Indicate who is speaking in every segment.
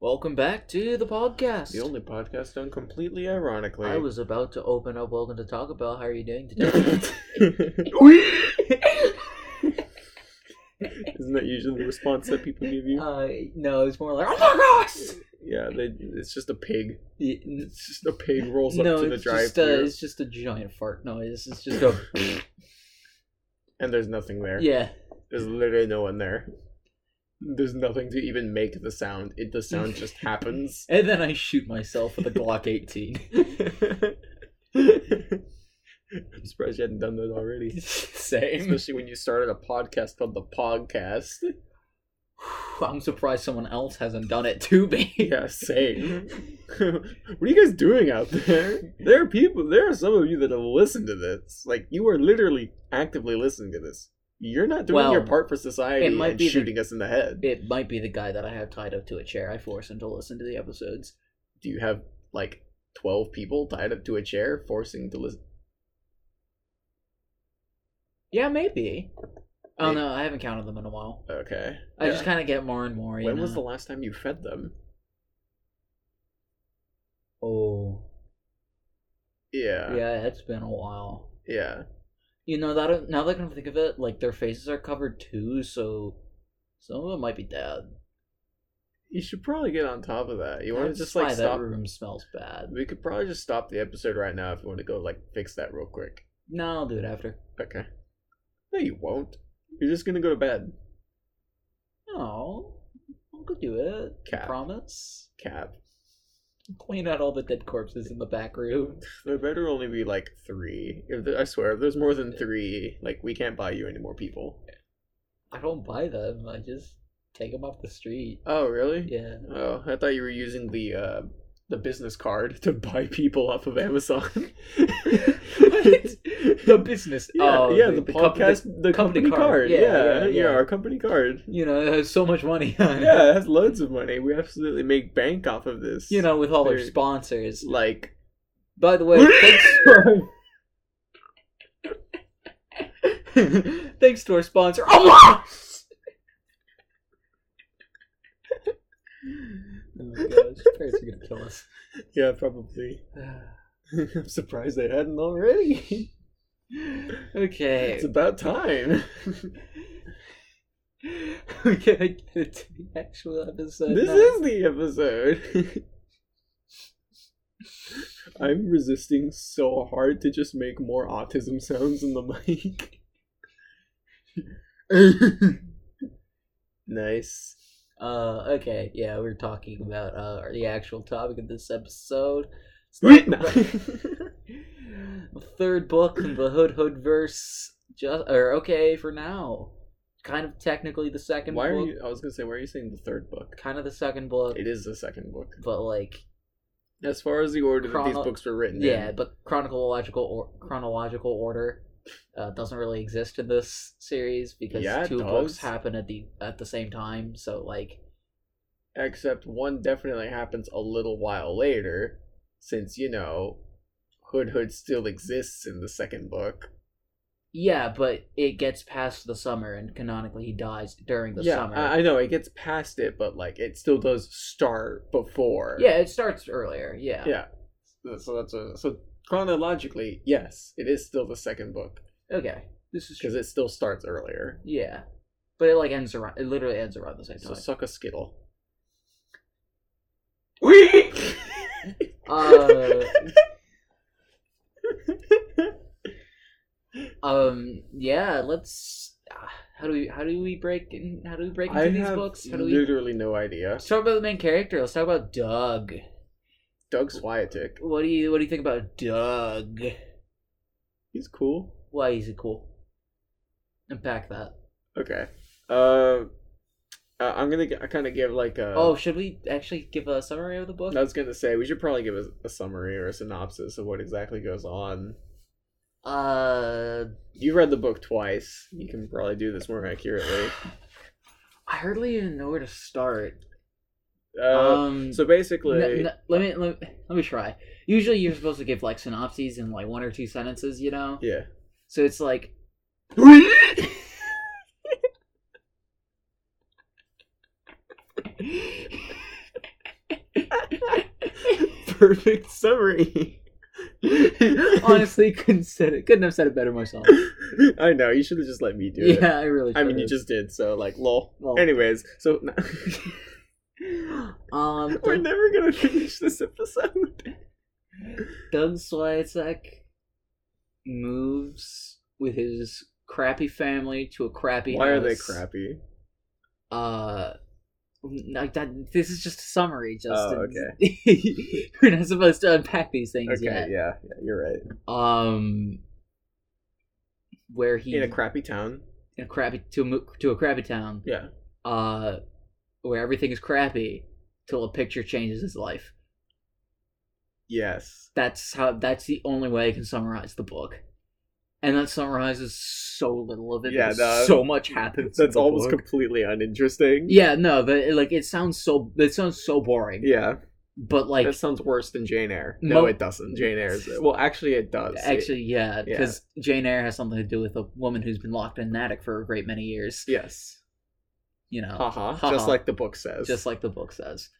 Speaker 1: Welcome back to the podcast.
Speaker 2: The only podcast done completely ironically.
Speaker 1: I was about to open up Welcome to Taco Bell. How are you doing today?
Speaker 2: Isn't that usually the response that people give you?
Speaker 1: uh, no, it's more like, oh my gosh!
Speaker 2: yeah, they, it's just a pig.
Speaker 1: Y- n-
Speaker 2: It's just a pig rolls up
Speaker 1: No,
Speaker 2: to the
Speaker 1: it's just,
Speaker 2: drive
Speaker 1: uh,
Speaker 2: thru
Speaker 1: it's just a giant fart noise. It's just a.
Speaker 2: and there's nothing there.
Speaker 1: yeah.
Speaker 2: There's literally no one there. There's nothing to even make the sound. It the sound just happens.
Speaker 1: And then I shoot myself with a Glock 18.
Speaker 2: I'm surprised you hadn't done that already.
Speaker 1: Same.
Speaker 2: Especially when you started a podcast called the Podcast.
Speaker 1: I'm surprised someone else hasn't done it to me.
Speaker 2: Yeah, same. what are you guys doing out there? There are people. There are some of you that have listened to this. Like you are literally actively listening to this. You're not doing
Speaker 1: Well,
Speaker 2: your part for society
Speaker 1: it might
Speaker 2: and
Speaker 1: be the-
Speaker 2: shooting us in the head.
Speaker 1: It might be the guy that I have tied up to a chair. I force him to listen to the episodes.
Speaker 2: Do you have like twelve people tied up to a chair, forcing to listen?
Speaker 1: Yeah, maybe. Oh
Speaker 2: Maybe.
Speaker 1: no, I haven't counted them in a while.
Speaker 2: Okay.
Speaker 1: I just
Speaker 2: Yeah.
Speaker 1: kind of get more and more. You
Speaker 2: When was the
Speaker 1: know?
Speaker 2: last time you fed them?
Speaker 1: Oh,
Speaker 2: Yeah.
Speaker 1: yeah, it's been a while.
Speaker 2: Yeah.
Speaker 1: You know that now that I can think of it, like their faces are covered too, so some of them might be dead.
Speaker 2: You should probably get on top of that. You want to
Speaker 1: That's
Speaker 2: just like
Speaker 1: why
Speaker 2: stop.
Speaker 1: that room smells bad.
Speaker 2: We could probably just stop the episode right now if you want to go like fix that real quick.
Speaker 1: No, I'll do it after.
Speaker 2: Okay. No, you won't. You're just gonna go to bed.
Speaker 1: No, I'll go do it.
Speaker 2: Cap.
Speaker 1: Promise.
Speaker 2: Cap.
Speaker 1: Clean out all the dead corpses in the back room.
Speaker 2: There better only be like three. If there, I swear, if there's more than three, like we can't buy you any more people.
Speaker 1: I don't buy them. I just take them off the street.
Speaker 2: Oh, really?
Speaker 1: Yeah.
Speaker 2: Oh, I thought you were using the uh, the business card to buy people off of Amazon.
Speaker 1: the business.
Speaker 2: Yeah,
Speaker 1: oh,
Speaker 2: yeah, the,
Speaker 1: company-
Speaker 2: podcast, the, company, card. Yeah yeah,
Speaker 1: yeah.
Speaker 2: our company card.
Speaker 1: you know, it has so much money on it.
Speaker 2: Yeah, it has loads of money. We absolutely make bank off of this.
Speaker 1: You know, with all their
Speaker 2: They're-
Speaker 1: sponsors.
Speaker 2: like
Speaker 1: By the way, thanks, thanks to our sponsor. Oh,
Speaker 2: Oh,
Speaker 1: my gosh, parents are gonna kill us.
Speaker 2: yeah, probably. I'm surprised they hadn't already.
Speaker 1: Okay,
Speaker 2: It's about time.
Speaker 1: we're gonna get into the actual episode.
Speaker 2: this
Speaker 1: now.
Speaker 2: is the episode. I'm resisting so hard to just make more autism sounds in the mic. nice.
Speaker 1: Uh, okay, yeah, we're talking about uh the actual topic of this episode. It's the third book in the Hood Hood verse. Just or okay for now, kind of technically the second.
Speaker 2: why are
Speaker 1: book,
Speaker 2: you? I was gonna say, why are you saying the third book?
Speaker 1: Kind of the second book,
Speaker 2: It is the second book.
Speaker 1: but like
Speaker 2: As far as the order that
Speaker 1: Chrono-
Speaker 2: these books were written, in,
Speaker 1: yeah, but chronological or chronological order uh, doesn't really exist in this series because
Speaker 2: Yeah, it
Speaker 1: two
Speaker 2: does.
Speaker 1: books happen at the at the same time. So like,
Speaker 2: except one definitely happens a little while later, since you know, Hood Hood still exists in the second book.
Speaker 1: yeah, but it gets past the summer, and canonically he dies during the
Speaker 2: yeah,
Speaker 1: summer.
Speaker 2: I, I know it gets past it, but like it still does start before.
Speaker 1: Yeah, it starts earlier. Yeah.
Speaker 2: yeah. So that's a, so chronologically, yes, it is still the second book
Speaker 1: Okay. This is
Speaker 2: because it still starts earlier.
Speaker 1: Yeah. But it like ends around. It literally ends around the same
Speaker 2: So
Speaker 1: time.
Speaker 2: suck a skittle.
Speaker 1: uh, um. Yeah. Let's. ah, How do we? How do we break? In, how do we break into
Speaker 2: I
Speaker 1: these
Speaker 2: have
Speaker 1: books? How do we?
Speaker 2: literally no idea.
Speaker 1: Let's talk about the main character. Let's talk about Doug.
Speaker 2: Doug Swiatek,
Speaker 1: What do you What do you think about Doug?
Speaker 2: he's cool.
Speaker 1: Why is he cool? Unpack that.
Speaker 2: Okay. Uh, uh, I'm gonna g- I kind of give like a.
Speaker 1: oh, should we actually give a summary of the book?
Speaker 2: I was gonna say we should probably give a, a summary or a synopsis of what exactly goes on.
Speaker 1: Uh,
Speaker 2: You read the book twice. You can probably do this more accurately.
Speaker 1: I hardly even know where to start.
Speaker 2: Uh,
Speaker 1: um,
Speaker 2: so basically,
Speaker 1: N- n- let, me, let me let me try. Usually, you're supposed to give like synopses in like one or two sentences, you know.
Speaker 2: yeah.
Speaker 1: So it's like,
Speaker 2: perfect summary.
Speaker 1: Honestly, couldn't said it. Couldn't have said it better myself.
Speaker 2: I know you should have just let me do it.
Speaker 1: Yeah, I really.
Speaker 2: I mean, you
Speaker 1: should've.
Speaker 2: just did, so like, lol.
Speaker 1: Lol.
Speaker 2: Anyways, so
Speaker 1: um
Speaker 2: we're
Speaker 1: Doug,
Speaker 2: never gonna finish this episode.
Speaker 1: Doug Swiatek moves with his crappy family to a crappy.
Speaker 2: Why are they
Speaker 1: house.
Speaker 2: crappy?
Speaker 1: Uh, like that. This is just a summary, Justin.
Speaker 2: Oh,
Speaker 1: okay. We're not supposed to unpack these things
Speaker 2: Okay, yeah,
Speaker 1: yet.
Speaker 2: yeah, you're right.
Speaker 1: Um, where he
Speaker 2: In a crappy town.
Speaker 1: in a crappy to a, mo- to a crappy town.
Speaker 2: Yeah.
Speaker 1: uh, where everything is crappy till a picture changes his life.
Speaker 2: Yes.
Speaker 1: That's how. That's the only way I can summarize the book, and that summarizes so little of it.
Speaker 2: Yeah,
Speaker 1: because
Speaker 2: no,
Speaker 1: so much happens. in
Speaker 2: That's
Speaker 1: the
Speaker 2: almost
Speaker 1: book.
Speaker 2: completely uninteresting.
Speaker 1: yeah, no, but it, like it sounds so. It sounds so boring.
Speaker 2: Yeah.
Speaker 1: But like,
Speaker 2: that sounds worse than Jane Eyre. No,
Speaker 1: Mo-
Speaker 2: it doesn't. Jane Eyre is well, actually, it does.
Speaker 1: actually, yeah,
Speaker 2: Yeah.
Speaker 1: because Jane Eyre has something to do with a woman who's been locked in an attic for a great many years.
Speaker 2: It- yes.
Speaker 1: You know,
Speaker 2: Haha.
Speaker 1: Ha
Speaker 2: Just
Speaker 1: ha.
Speaker 2: like the book says.
Speaker 1: Oh. just like the book says.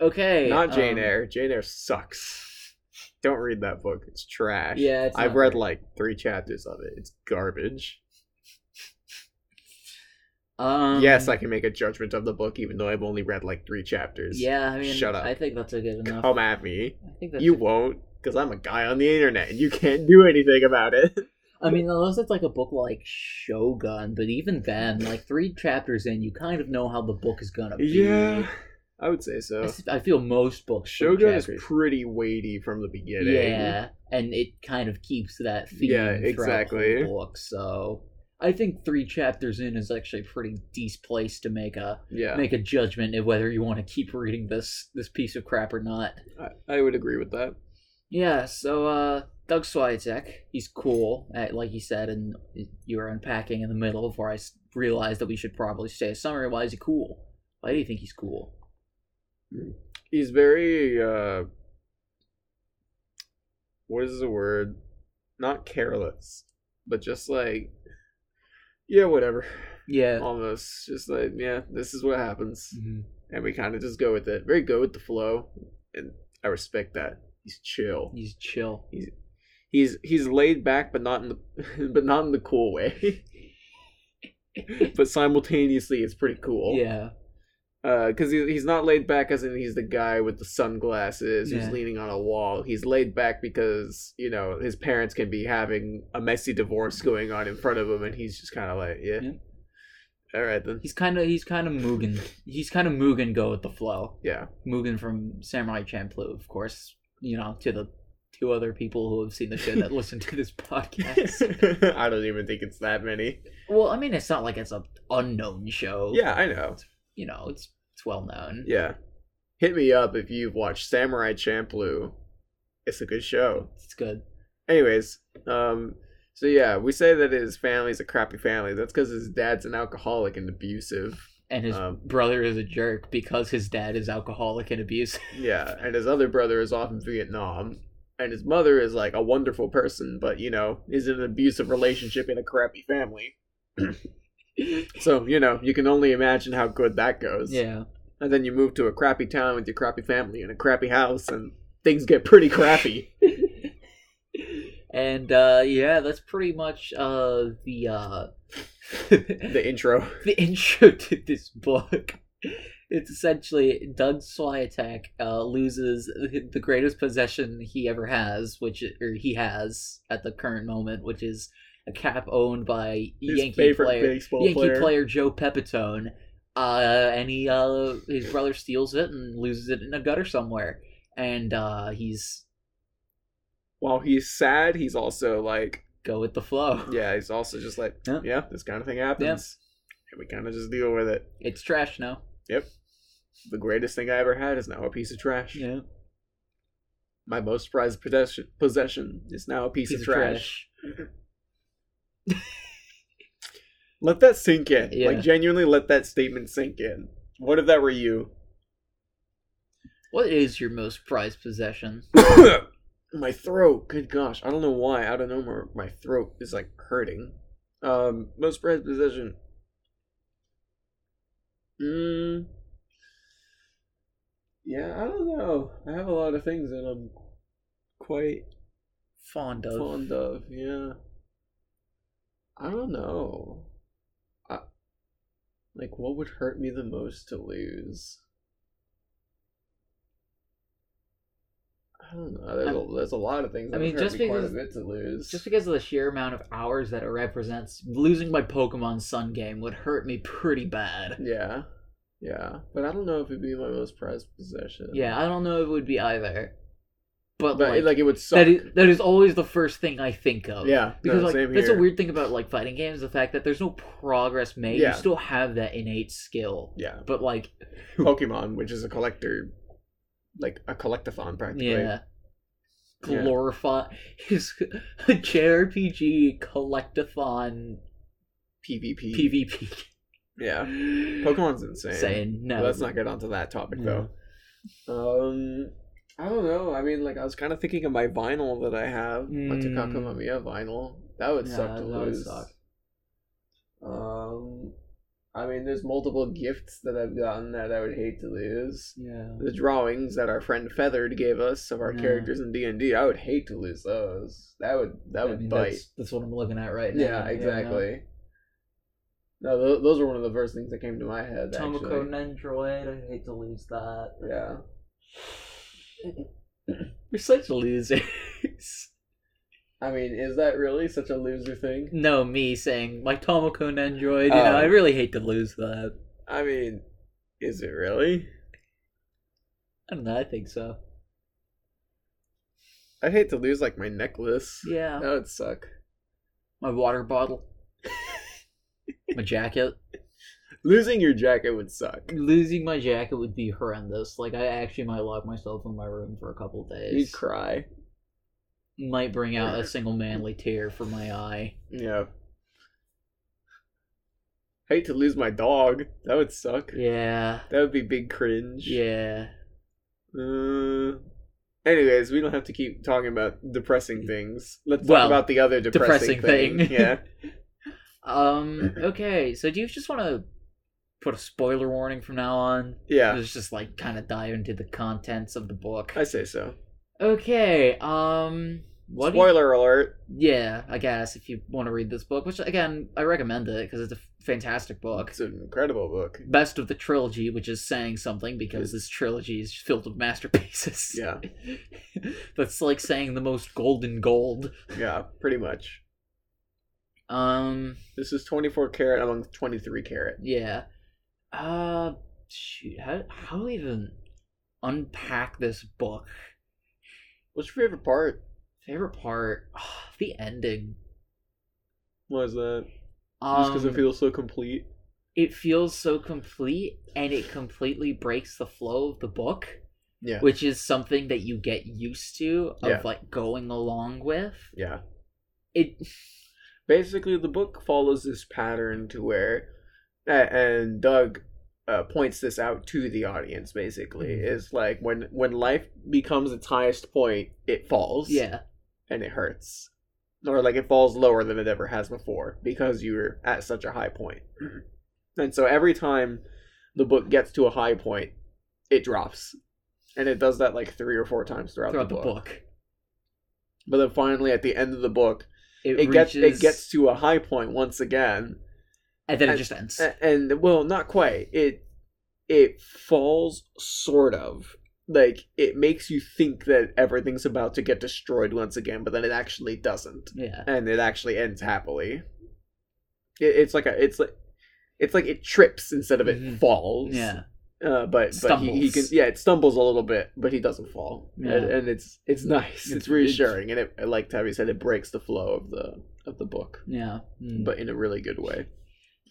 Speaker 1: Okay,
Speaker 2: not Jane
Speaker 1: um,
Speaker 2: Eyre. Jane Eyre sucks. Don't read that book. It's trash.
Speaker 1: Yeah, it's
Speaker 2: I've
Speaker 1: not
Speaker 2: read
Speaker 1: great.
Speaker 2: like three chapters of it. It's garbage.
Speaker 1: Um,
Speaker 2: yes, I can make a judgment of the book, even though I've only read like three chapters.
Speaker 1: Yeah, I mean,
Speaker 2: Shut up.
Speaker 1: I think that's a good enough.
Speaker 2: Come at me.
Speaker 1: I think that's
Speaker 2: you
Speaker 1: a-
Speaker 2: won't, because I'm a guy on the internet and you can't do anything about it.
Speaker 1: I mean, unless it's like a book like Shogun, but even then, like three chapters in, you kind of know how the book is gonna be.
Speaker 2: yeah, I would say
Speaker 1: I,
Speaker 2: so.
Speaker 1: s- I feel most books. three
Speaker 2: Shogun is
Speaker 1: chapters.
Speaker 2: pretty weighty from the beginning.
Speaker 1: yeah, and it kind of keeps that theme.
Speaker 2: Yeah,
Speaker 1: throughout the
Speaker 2: exactly.
Speaker 1: whole Book, so I think three chapters in is actually a pretty decent place to make a
Speaker 2: Yeah,
Speaker 1: make a judgment of whether you want to keep reading this this piece of crap or not.
Speaker 2: I, I would agree with that.
Speaker 1: Yeah, so uh Doug Swiatek, he's cool, at, like you said, and you were unpacking in the middle before I s- realized that we should probably say a summary. Why is he cool? Why do you think he's cool?
Speaker 2: He's very uh what is the word? Not careless, but just like yeah, whatever.
Speaker 1: Yeah.
Speaker 2: Almost just like yeah, this is what happens, and we kind of just go with it. Very go with the flow, and I respect that. He's chill.
Speaker 1: He's chill.
Speaker 2: He's he's laid back, but not in the but not in the cool way. but simultaneously, it's pretty cool.
Speaker 1: Yeah.
Speaker 2: because Uh, he, he's not laid back as in he's the guy with the sunglasses who's
Speaker 1: Yeah.
Speaker 2: leaning on a wall. He's laid back because you know his parents can be having a messy divorce going on in front of him, and he's just kind of like, yeah,
Speaker 1: Yeah.
Speaker 2: all right then,
Speaker 1: He's kind of he's kind of Mugen. He's kind of Mugen go with the flow.
Speaker 2: yeah,
Speaker 1: Mugen from Samurai Champloo, of course. You know, to the two other people who have seen the show that listen to this podcast.
Speaker 2: I don't even think it's that many.
Speaker 1: Well, I mean, it's not like it's a unknown show.
Speaker 2: Yeah, I know.
Speaker 1: You know, it's it's well known.
Speaker 2: Yeah, hit me up if you've watched Samurai Champloo. It's a good show.
Speaker 1: It's good.
Speaker 2: anyways um so yeah we say that his family's a crappy family that's because his dad's an alcoholic and abusive
Speaker 1: and his
Speaker 2: Um,
Speaker 1: brother is a jerk because his dad is alcoholic and abusive.
Speaker 2: yeah and his other brother is off in vietnam and his mother is like a wonderful person but you know is in an abusive relationship in a crappy family so you know you can only imagine how good that goes
Speaker 1: yeah,
Speaker 2: and then you move to a crappy town with your crappy family and a crappy house and things get pretty crappy
Speaker 1: and uh, yeah, that's pretty much uh, the uh, the
Speaker 2: the intro
Speaker 1: intro to this book. It's essentially Doug Swiatek uh, loses the greatest possession he ever has, which or he has at the current moment, which is a cap owned by
Speaker 2: his
Speaker 1: Yankee
Speaker 2: favorite
Speaker 1: player
Speaker 2: baseball
Speaker 1: Yankee player,
Speaker 2: player,
Speaker 1: Joe Pepitone, uh, and he uh, his brother steals it and loses it in a gutter somewhere, and uh, he's
Speaker 2: while he's sad he's also like
Speaker 1: go with the flow.
Speaker 2: Yeah, he's also just like,
Speaker 1: Yeah.
Speaker 2: yeah, this kind of thing happens. And we kind of just deal with it.
Speaker 1: It's trash now.
Speaker 2: The greatest thing I ever had is now a piece of trash.
Speaker 1: Yeah,
Speaker 2: My most prized possession, possession is now a piece, of, trash. Let that sink in.
Speaker 1: Yeah.
Speaker 2: Like, genuinely let that statement sink in. What if that were you?
Speaker 1: What is your most prized possession?
Speaker 2: my throat. Good gosh. I don't know why. Out of nowhere, my throat is like hurting. Um, most prized possession. Mm. Yeah, I don't know. I have a lot of things that I'm quite
Speaker 1: Fond of.
Speaker 2: fond of. Yeah, I don't know. I, like, what would hurt me the most to lose? I don't know. There's, a, there's a lot of things. That I mean, just because quite a bit to lose.
Speaker 1: Just because of the sheer amount of hours that it represents, losing my Pokemon Sun game would hurt me pretty bad.
Speaker 2: Yeah, yeah. But I don't know if it'd be my most prized possession.
Speaker 1: Yeah, I don't know if it would be either.
Speaker 2: but
Speaker 1: But,
Speaker 2: like,
Speaker 1: like,
Speaker 2: it, like, it would suck.
Speaker 1: that, is, that is always the first thing I think of.
Speaker 2: yeah,
Speaker 1: Because
Speaker 2: no,
Speaker 1: like
Speaker 2: same
Speaker 1: that's a
Speaker 2: here.
Speaker 1: weird thing about like fighting games, the fact that there's no progress made.
Speaker 2: Yeah.
Speaker 1: You still have that innate skill.
Speaker 2: Yeah,
Speaker 1: But like
Speaker 2: Pokemon, which is a collector, like a collectathon practically.
Speaker 1: yeah.
Speaker 2: Yeah.
Speaker 1: Glorify his JRPG collectathon
Speaker 2: PvP.
Speaker 1: PvP.
Speaker 2: yeah, Pokemon's insane.
Speaker 1: saying no.
Speaker 2: But let's not get onto that topic
Speaker 1: No.
Speaker 2: though. Um, I don't know. I mean, like I was kind of thinking of my vinyl that I have, like the
Speaker 1: Mm.
Speaker 2: Kakuma Miya vinyl. That would
Speaker 1: Yeah,
Speaker 2: suck to
Speaker 1: that would
Speaker 2: lose.
Speaker 1: suck.
Speaker 2: Um, I mean, there's multiple gifts that I've gotten that I would hate to lose.
Speaker 1: Yeah.
Speaker 2: The drawings that our friend Feathered gave us of our
Speaker 1: Yeah.
Speaker 2: characters in D and D, I would hate to lose those. That would that
Speaker 1: I
Speaker 2: would
Speaker 1: mean,
Speaker 2: bite.
Speaker 1: That's, that's what I'm looking at right now.
Speaker 2: Yeah, exactly. No, tho- those were one of the first things that came to my head.
Speaker 1: Tomoko
Speaker 2: Actually.
Speaker 1: Nendroid, I hate to lose that.
Speaker 2: Yeah.
Speaker 1: We're such losers.
Speaker 2: I mean, is that really such a loser thing?
Speaker 1: no, me saying my Tomoko Nendroid, you know,
Speaker 2: Oh.
Speaker 1: I really hate to lose that.
Speaker 2: I mean, is it really?
Speaker 1: I don't know, I think so.
Speaker 2: I'd hate to lose like my necklace.
Speaker 1: Yeah.
Speaker 2: That would suck.
Speaker 1: Uh, My water bottle. my jacket.
Speaker 2: Losing your jacket would suck.
Speaker 1: Losing my jacket would be horrendous. Like I actually might lock myself in my room for a couple days.
Speaker 2: You'd cry.
Speaker 1: might bring out a single manly tear from my eye.
Speaker 2: Yeah. Hate to lose my dog. That would suck.
Speaker 1: Yeah.
Speaker 2: That would be big cringe.
Speaker 1: Yeah.
Speaker 2: Uh, anyways, we don't have to keep talking about depressing things. Let's talk
Speaker 1: Well,
Speaker 2: about the other depressing,
Speaker 1: depressing thing.
Speaker 2: thing. yeah.
Speaker 1: Um okay, so do you just want to put a spoiler warning from now on?
Speaker 2: Yeah.
Speaker 1: Let's just like kind of dive into the contents of the book.
Speaker 2: I say so.
Speaker 1: Okay, um what do you-
Speaker 2: Spoiler alert.
Speaker 1: Yeah, I guess if you want to read this book, which again I recommend it because it's a fantastic book.
Speaker 2: It's an incredible book.
Speaker 1: Best of the trilogy, which is saying something because this trilogy is filled with masterpieces.
Speaker 2: Yeah.
Speaker 1: that's like saying the most golden gold.
Speaker 2: Yeah, pretty much.
Speaker 1: Um,
Speaker 2: This is 24 carat among 23 carat.
Speaker 1: yeah. Uh, shoot, how how do we even unpack this book?
Speaker 2: What's your favorite part?
Speaker 1: Favorite part, the ending.
Speaker 2: Why is that?
Speaker 1: Um,
Speaker 2: Just because it feels so complete.
Speaker 1: it feels so complete and it completely breaks the flow of the book
Speaker 2: Yeah.
Speaker 1: which is something that you get used to of
Speaker 2: Yeah.
Speaker 1: like going along with
Speaker 2: Yeah.
Speaker 1: it
Speaker 2: Basically, the book follows this pattern to where, a- and Doug uh, points this out to the audience. Basically,
Speaker 1: Mhm.
Speaker 2: is like when when life becomes its highest point, it falls.
Speaker 1: yeah
Speaker 2: and it hurts. Or like it falls lower than it ever has before because you're at such a high point. And so every time the book gets to a high point, it drops. And it does that like three or four times throughout,
Speaker 1: throughout
Speaker 2: the, book.
Speaker 1: the book,
Speaker 2: But then finally at the end of the book,
Speaker 1: it,
Speaker 2: it, gets it
Speaker 1: reaches-
Speaker 2: gets to a high point once again.
Speaker 1: and then it
Speaker 2: and-
Speaker 1: just ends
Speaker 2: A- And well, not quite. It it falls sort of. Like it makes you think that everything's about to get destroyed once again, but then it actually doesn't
Speaker 1: yeah
Speaker 2: and it actually ends happily. It, it's like a it's like it's like it trips instead of it
Speaker 1: Mhm.
Speaker 2: falls.
Speaker 1: yeah
Speaker 2: Uh, but but he, he can
Speaker 1: Stumbles.
Speaker 2: yeah it stumbles a little bit, but he doesn't fall.
Speaker 1: Yeah.
Speaker 2: And, and it's it's nice. It's,
Speaker 1: It's-
Speaker 2: reassuring, and it like Tabby said, it breaks the flow of the of the book,
Speaker 1: yeah Mm.
Speaker 2: but in a really good way.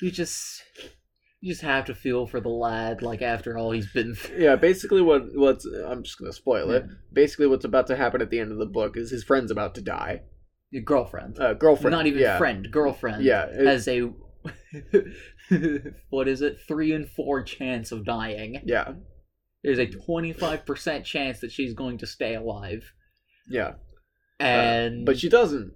Speaker 1: you just you just have to feel for the lad like after all he's been through
Speaker 2: Yeah, basically what what's I'm just gonna spoil it. Basically, what's about to happen at the end of the book is his friend's about to die.
Speaker 1: your girlfriend
Speaker 2: Uh, girlfriend,
Speaker 1: not even
Speaker 2: yeah.
Speaker 1: friend girlfriend
Speaker 2: Yeah, it-
Speaker 1: has a what is it three and four chance of dying
Speaker 2: yeah,
Speaker 1: there's a 25% chance that she's going to stay alive
Speaker 2: yeah.
Speaker 1: and
Speaker 2: Uh, But she doesn't.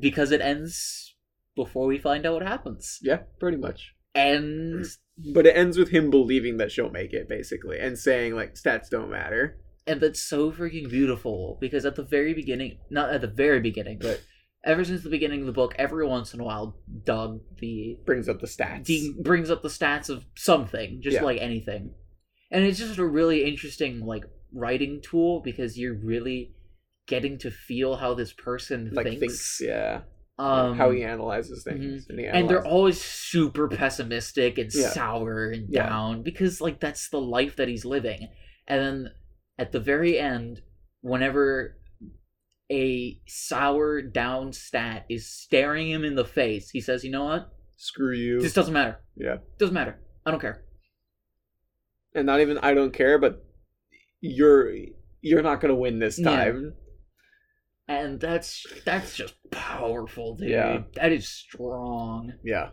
Speaker 1: because it ends before we find out what happens
Speaker 2: Yeah, pretty much.
Speaker 1: and
Speaker 2: But it ends with him believing that she'll make it, basically, and saying like stats don't matter.
Speaker 1: and that's so freaking beautiful because at the very beginning not at the very beginning but ever since the beginning of the book every once in a while doug the
Speaker 2: Brings up the stats.
Speaker 1: he brings up the stats of something just
Speaker 2: Yeah.
Speaker 1: like anything and it's just a really interesting like writing tool because you're really getting to feel how this person
Speaker 2: like
Speaker 1: thinks,
Speaker 2: thinks, yeah,
Speaker 1: um mm-hmm.
Speaker 2: how he analyzes things, and, he
Speaker 1: and they're
Speaker 2: analyzes-
Speaker 1: always super pessimistic and
Speaker 2: Yeah.
Speaker 1: sour and
Speaker 2: Yeah.
Speaker 1: down because like that's the life that he's living and then at the very end whenever a sour down stat is staring him in the face he says you know what
Speaker 2: screw you.
Speaker 1: this doesn't matter
Speaker 2: Yeah.
Speaker 1: doesn't matter i don't care
Speaker 2: and not even I don't care, but you're you're not gonna win this
Speaker 1: Yeah.
Speaker 2: time.
Speaker 1: and that's that's just powerful dude
Speaker 2: Yeah.
Speaker 1: that is strong
Speaker 2: Yeah.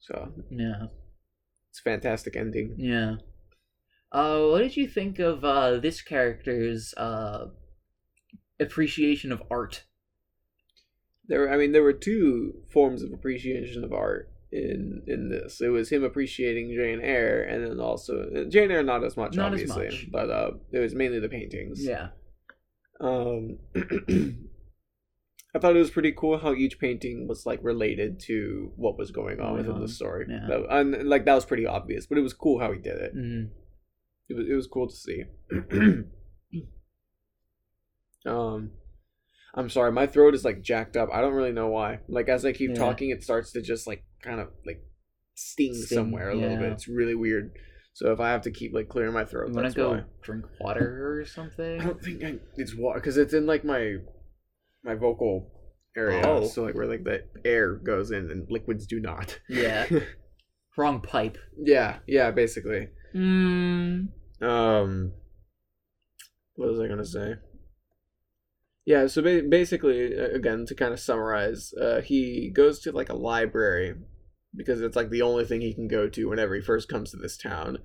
Speaker 2: So
Speaker 1: yeah
Speaker 2: it's a fantastic ending.
Speaker 1: yeah uh what did you think of uh this character's uh appreciation of art
Speaker 2: There, were- I mean, there were two forms of appreciation of art in in this. It was him appreciating Jane Eyre, and then also Jane Eyre not as much,
Speaker 1: Not as
Speaker 2: obviously,
Speaker 1: much.
Speaker 2: but uh, it was mainly the paintings.
Speaker 1: Yeah.
Speaker 2: Um, I thought it was pretty cool how each painting was like related to what was going on
Speaker 1: Going
Speaker 2: within
Speaker 1: on,
Speaker 2: the story.
Speaker 1: yeah.
Speaker 2: That- and like that was pretty obvious, but it was cool how he did it.
Speaker 1: Mm.
Speaker 2: it was, it was cool to see. um, I'm sorry, my throat is like jacked up. I don't really know why. Like as I keep
Speaker 1: Yeah.
Speaker 2: talking, it starts to just like kind of like sting,
Speaker 1: Sting,
Speaker 2: somewhere a little bit.
Speaker 1: yeah.
Speaker 2: It's really weird. So if I have to keep like clearing my throat,
Speaker 1: You want
Speaker 2: that's
Speaker 1: to go
Speaker 2: why.
Speaker 1: drink water or
Speaker 2: I
Speaker 1: something?
Speaker 2: don't think I, it's water because it's in like my my vocal area.
Speaker 1: Oh.
Speaker 2: So like where like the air goes in and liquids do not.
Speaker 1: Yeah. Wrong pipe.
Speaker 2: yeah, yeah, basically.
Speaker 1: Mm.
Speaker 2: Um, what was I gonna say? Yeah, so ba- basically, uh, again, to kind of summarize, uh, he goes to like a library because it's like the only thing he can go to whenever he first comes to this town,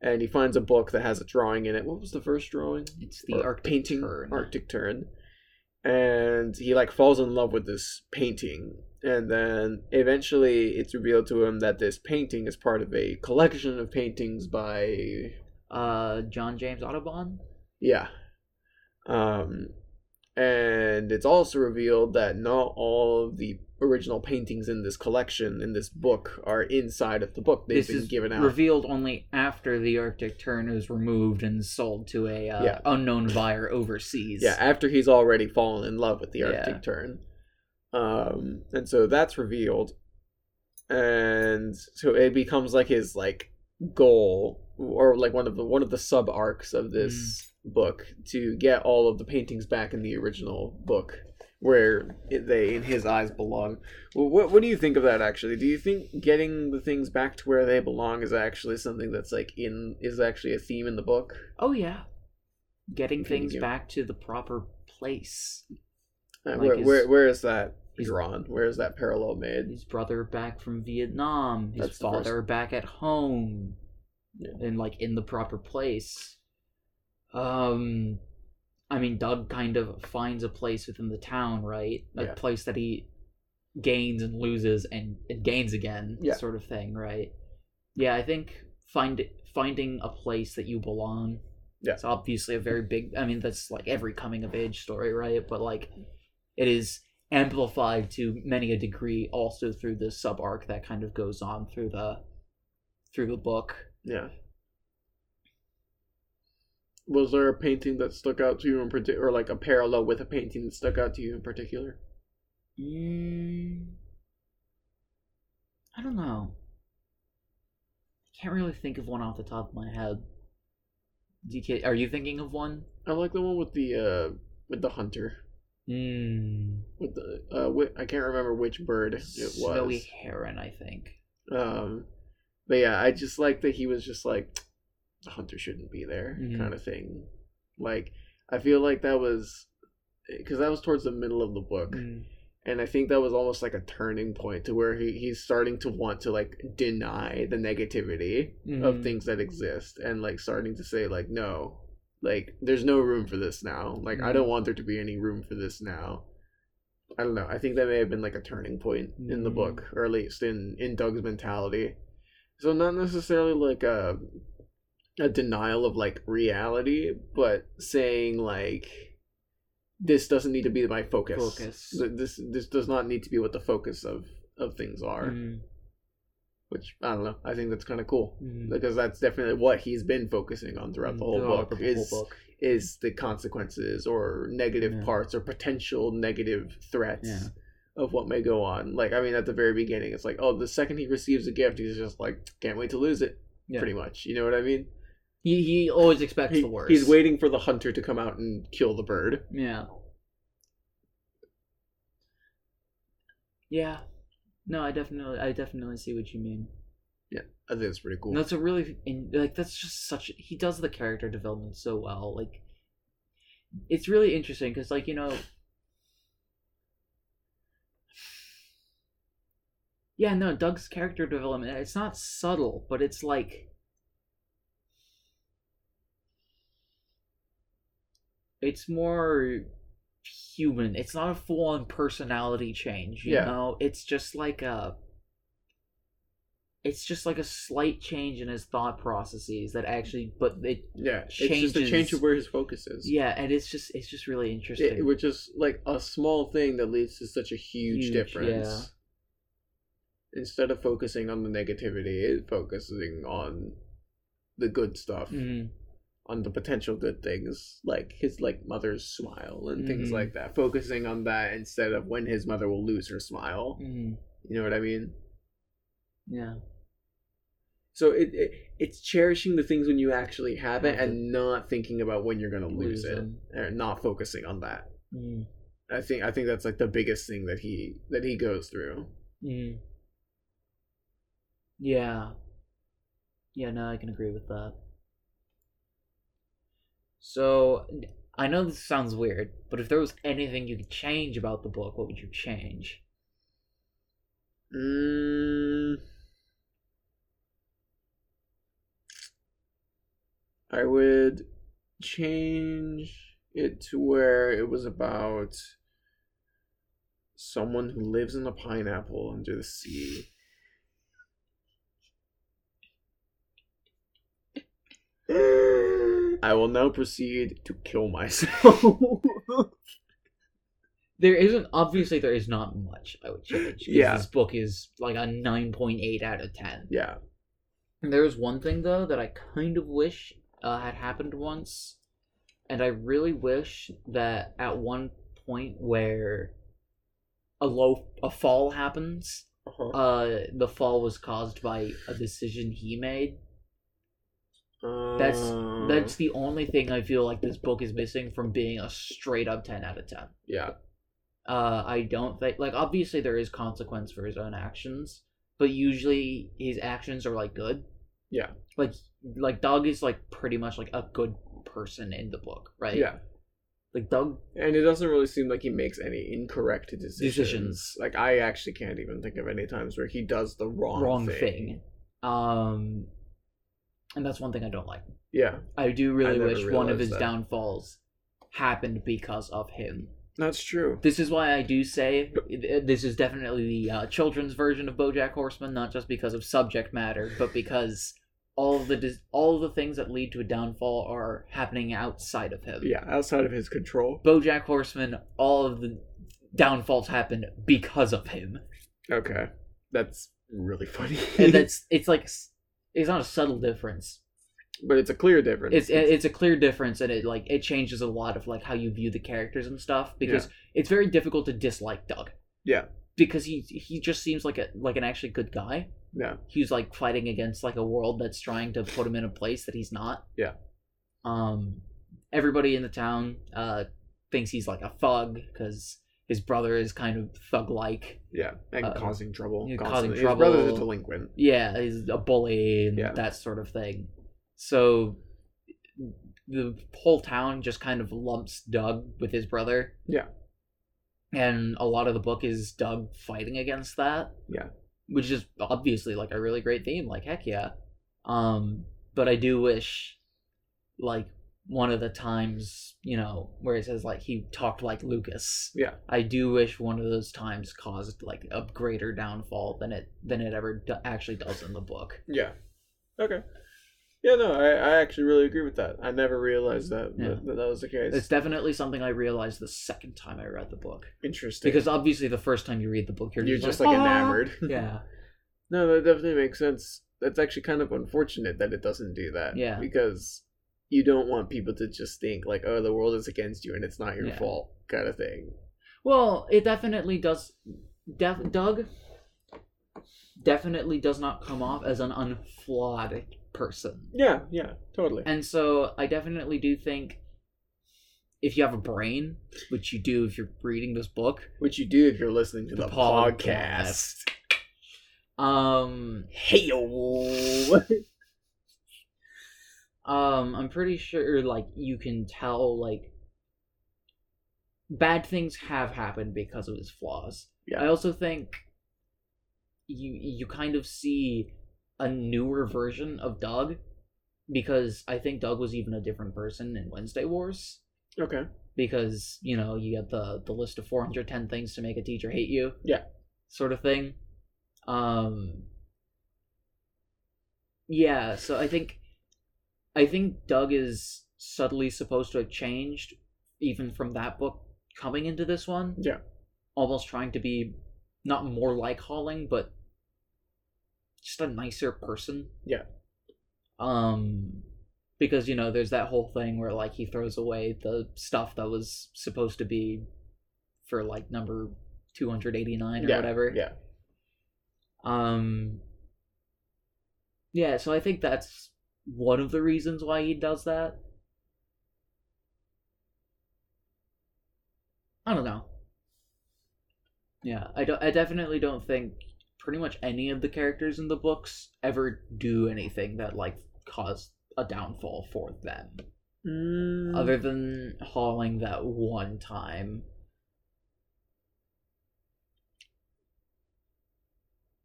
Speaker 2: and he finds a book that has a drawing in it. What was the first drawing?
Speaker 1: It's the
Speaker 2: Or
Speaker 1: Arctic
Speaker 2: painting
Speaker 1: Tern.
Speaker 2: Arctic Tern, and he like falls in love with this painting, and then eventually it's revealed to him that this painting is part of a collection of paintings by
Speaker 1: Uh, John James Audubon.
Speaker 2: yeah. Um, and it's also revealed that not all of the original paintings in this collection, in this book, are inside of the book. They've
Speaker 1: this
Speaker 2: been
Speaker 1: is
Speaker 2: given out.
Speaker 1: revealed only after the Arctic Tern is removed and sold to a uh,
Speaker 2: Yeah.
Speaker 1: unknown buyer overseas.
Speaker 2: yeah, after he's already fallen in love with the Arctic
Speaker 1: Yeah.
Speaker 2: Tern. Um, and so that's revealed. And so it becomes like his like goal or like one of the one of the sub arcs of this book to get all of the paintings back in the original book where it, they in his eyes belong. Well, what what do you think of that actually? Do you think getting the things back to where they belong is actually something that's like in is actually a theme in the book?
Speaker 1: Oh yeah. Getting
Speaker 2: Thank
Speaker 1: things
Speaker 2: you.
Speaker 1: back to the proper place.
Speaker 2: Uh,
Speaker 1: Like
Speaker 2: where,
Speaker 1: his-
Speaker 2: where where is that
Speaker 1: his-
Speaker 2: drawn? Where is that parallel made?
Speaker 1: His brother back from Vietnam. His
Speaker 2: That's the first-
Speaker 1: father back at home.
Speaker 2: Yeah.
Speaker 1: And like in the proper place. Um I mean Doug kind of finds a place within the town, right? A
Speaker 2: Yeah.
Speaker 1: place that he gains and loses and, and gains again,
Speaker 2: Yeah.
Speaker 1: sort of thing, right? Yeah, I think find finding a place that you belong.
Speaker 2: Yeah.
Speaker 1: It's obviously a very big I mean that's like every coming of age story, right? But like it is amplified to many a degree also through the sub arc that kind of goes on through the through the book.
Speaker 2: Yeah. Was there a painting that stuck out to you in particular, or like a parallel with a painting that stuck out to you in particular?
Speaker 1: Mm, I don't know. I can't really think of one off the top of my head. Do you, ca- are you thinking of one?
Speaker 2: I like the one with the uh with the hunter
Speaker 1: Mm,
Speaker 2: with the uh wi- I can't remember which bird it was.
Speaker 1: Snowy Heron, I think.
Speaker 2: Um, but yeah, I just like that he was just like the hunter shouldn't be there
Speaker 1: Mhm.
Speaker 2: kind of thing. Like I feel like that was because that was towards the middle of the book.
Speaker 1: Mm,
Speaker 2: and I think that was almost like a turning point to where he, he's starting to want to like deny the negativity of
Speaker 1: mhm.
Speaker 2: things that exist and like starting to say like no like there's no room for this now like I don't want there to be any room for this now I don't know I think that may have been like a turning point in the
Speaker 1: Mm.
Speaker 2: book or at least in in Doug's mentality So not necessarily like a a denial of like reality, but saying like this doesn't need to be my focus.
Speaker 1: Mm-hmm. Focus.
Speaker 2: Th- This this does not need to be what the focus of of things are.
Speaker 1: Mm,
Speaker 2: Which I don't know. I think that's kind of cool
Speaker 1: mm.
Speaker 2: because that's definitely what he's been focusing on throughout the whole
Speaker 1: Throughout
Speaker 2: book.
Speaker 1: Mm. Mm-hmm. Oh, the
Speaker 2: is
Speaker 1: whole book.
Speaker 2: is the consequences or negative
Speaker 1: Yeah.
Speaker 2: parts or potential negative threats
Speaker 1: Yeah.
Speaker 2: of what may go on. Like I mean, at the very beginning, it's like, oh, the second he receives a gift, he's just like, can't wait to lose it.
Speaker 1: Yeah.
Speaker 2: Pretty much, you know what I mean?
Speaker 1: He, he always expects
Speaker 2: He-
Speaker 1: the worst.
Speaker 2: he's waiting for the hunter to come out and kill the bird.
Speaker 1: Yeah. Yeah. No, I definitely, I definitely see what you mean.
Speaker 2: I think that's pretty cool.
Speaker 1: That's a really in, like that's just such. He does the character development so well. Like, it's really interesting because like you know. Yeah, no, Doug's character development, it's not subtle, but it's like it's more human. It's not a full-on personality change, you
Speaker 2: Yeah.
Speaker 1: know? It's just like a it's just like a slight change in his thought processes that actually but it
Speaker 2: yeah, it's just a change
Speaker 1: changes-
Speaker 2: of where his focus is.
Speaker 1: yeah and it's just it's just really interesting
Speaker 2: It, which is like a small thing that leads to such a huge,
Speaker 1: Huge,
Speaker 2: difference. Instead of focusing on the negativity, it focusing on the good stuff,
Speaker 1: Mhm.
Speaker 2: on the potential good things, like his like mother's smile and things
Speaker 1: Mhm.
Speaker 2: like that. Focusing on that instead of when his mother will lose her smile.
Speaker 1: Mhm.
Speaker 2: You know what I mean?
Speaker 1: yeah
Speaker 2: So it, it it's cherishing the things when you actually have it
Speaker 1: Have it.
Speaker 2: and not thinking about when you're gonna lose,
Speaker 1: Lose
Speaker 2: it,
Speaker 1: them.
Speaker 2: or not focusing on that.
Speaker 1: Mhm.
Speaker 2: I think I think that's like the biggest thing that he that he goes through.
Speaker 1: Mm. Yeah. Yeah, no, I can agree with that. So, n- I know this sounds weird, but if there was anything you could change about the book, what would you change?
Speaker 2: Mm. I would change it to where it was about someone who lives in a pineapple under the sea. I will now proceed to kill myself.
Speaker 1: There isn't, obviously, there is not much I would change. 'cause
Speaker 2: Yeah.
Speaker 1: This book is like a 9.8 out of 10.
Speaker 2: yeah.
Speaker 1: There is one thing though that I kind of wish uh, had happened once, and I really wish that at one point where a low a fall happens, uh, the fall was caused by a decision he made. that's-
Speaker 2: Uh,
Speaker 1: That's the only thing I feel like this book is missing from being a straight up ten out of ten.
Speaker 2: yeah.
Speaker 1: Uh, I don't think like obviously there is consequence for his own actions, but usually his actions are like good.
Speaker 2: Yeah.
Speaker 1: Like like Doug is like pretty much like a good person in the book, right?
Speaker 2: Yeah.
Speaker 1: Like Doug
Speaker 2: And it doesn't really seem like he makes any incorrect decisions.
Speaker 1: Decisions.
Speaker 2: Like I actually can't even think of any times where he does the wrong
Speaker 1: wrong
Speaker 2: thing.
Speaker 1: thing. Um and that's one thing I don't like.
Speaker 2: Yeah,
Speaker 1: I do
Speaker 2: I
Speaker 1: really
Speaker 2: never
Speaker 1: wish one of
Speaker 2: realized
Speaker 1: his
Speaker 2: that.
Speaker 1: downfalls happened because of him.
Speaker 2: that's true.
Speaker 1: This is why I do say th- this is definitely the uh, children's version of BoJack Horseman, not just because of subject matter, but because all the dis- all the things that lead to a downfall are happening outside of him.
Speaker 2: Yeah, outside of his control.
Speaker 1: BoJack Horseman, all of the downfalls happen because of him,
Speaker 2: Okay, that's really funny.
Speaker 1: and that's it's like s- it's not a subtle difference.
Speaker 2: but it's a clear difference.
Speaker 1: It's it's a clear difference, and it like it changes a lot of like how you view the characters and stuff because it's very difficult to dislike Doug.
Speaker 2: Yeah.
Speaker 1: because he he just seems like a like an actually good guy.
Speaker 2: yeah,
Speaker 1: he's like fighting against like a world that's trying to put him in a place that he's not.
Speaker 2: Yeah.
Speaker 1: Um, everybody in the town uh thinks he's like a thug because his brother is kind of thug like.
Speaker 2: yeah, and
Speaker 1: Uh,
Speaker 2: causing trouble.
Speaker 1: yeah,
Speaker 2: constantly.
Speaker 1: causing
Speaker 2: His brother's a
Speaker 1: trouble.
Speaker 2: delinquent.
Speaker 1: Yeah, he's a bully and
Speaker 2: Yeah.
Speaker 1: that sort of thing. So the whole town just kind of lumps Doug with his brother.
Speaker 2: Yeah.
Speaker 1: And a lot of the book is Doug fighting against that.
Speaker 2: Yeah.
Speaker 1: Which is obviously like a really great theme, like heck yeah. Um but I do wish like one of the times, you know, where he says like he talked like Lucas.
Speaker 2: Yeah.
Speaker 1: I do wish one of those times caused like a greater downfall than it than it ever do- actually does in the book.
Speaker 2: Yeah. Okay. Yeah, no, I, I actually really agree with that. I never realized that
Speaker 1: Yeah.
Speaker 2: that, that was the case.
Speaker 1: It's definitely something I realized the second time I read the book
Speaker 2: Interesting.
Speaker 1: because obviously the first time you read the book you're,
Speaker 2: you're just like
Speaker 1: "Ah."
Speaker 2: enamored.
Speaker 1: Yeah.
Speaker 2: No, that definitely makes sense. That's actually kind of unfortunate that it doesn't do that.
Speaker 1: Yeah.
Speaker 2: Because you don't want people to just think like, oh, the world is against you and it's not your
Speaker 1: Yeah.
Speaker 2: fault, kind of thing.
Speaker 1: Well, it definitely does. Def- Doug definitely does not come off as an unflawed person.
Speaker 2: Yeah, yeah, totally.
Speaker 1: And so I definitely do think if you have a brain, which you do if you're reading this book,
Speaker 2: Which you do if you're listening to the,
Speaker 1: The
Speaker 2: podcast.
Speaker 1: podcast. um
Speaker 2: Hey,
Speaker 1: um I'm pretty sure like you can tell like bad things have happened because of his flaws.
Speaker 2: Yeah.
Speaker 1: I also think you you kind of see a newer version of Doug because I think Doug was even a different person in Wednesday Wars
Speaker 2: Okay.
Speaker 1: because you know you get the the list of 410 things to make a teacher hate you
Speaker 2: Yeah.
Speaker 1: sort of thing um yeah so i think i think doug is subtly supposed to have changed even from that book coming into this one
Speaker 2: Yeah.
Speaker 1: almost trying to be not more like Holling, but just a nicer person.
Speaker 2: Yeah.
Speaker 1: Um, because you know, there's that whole thing where like he throws away the stuff that was supposed to be for like number two hundred eighty nine or
Speaker 2: yeah.
Speaker 1: whatever.
Speaker 2: Yeah.
Speaker 1: Um. Yeah, so I think that's one of the reasons why he does that. I don't know. Yeah, I don't. I definitely don't think pretty much any of the characters in the books ever do anything that like caused a downfall for them,
Speaker 2: Mm,
Speaker 1: other than hauling that one time.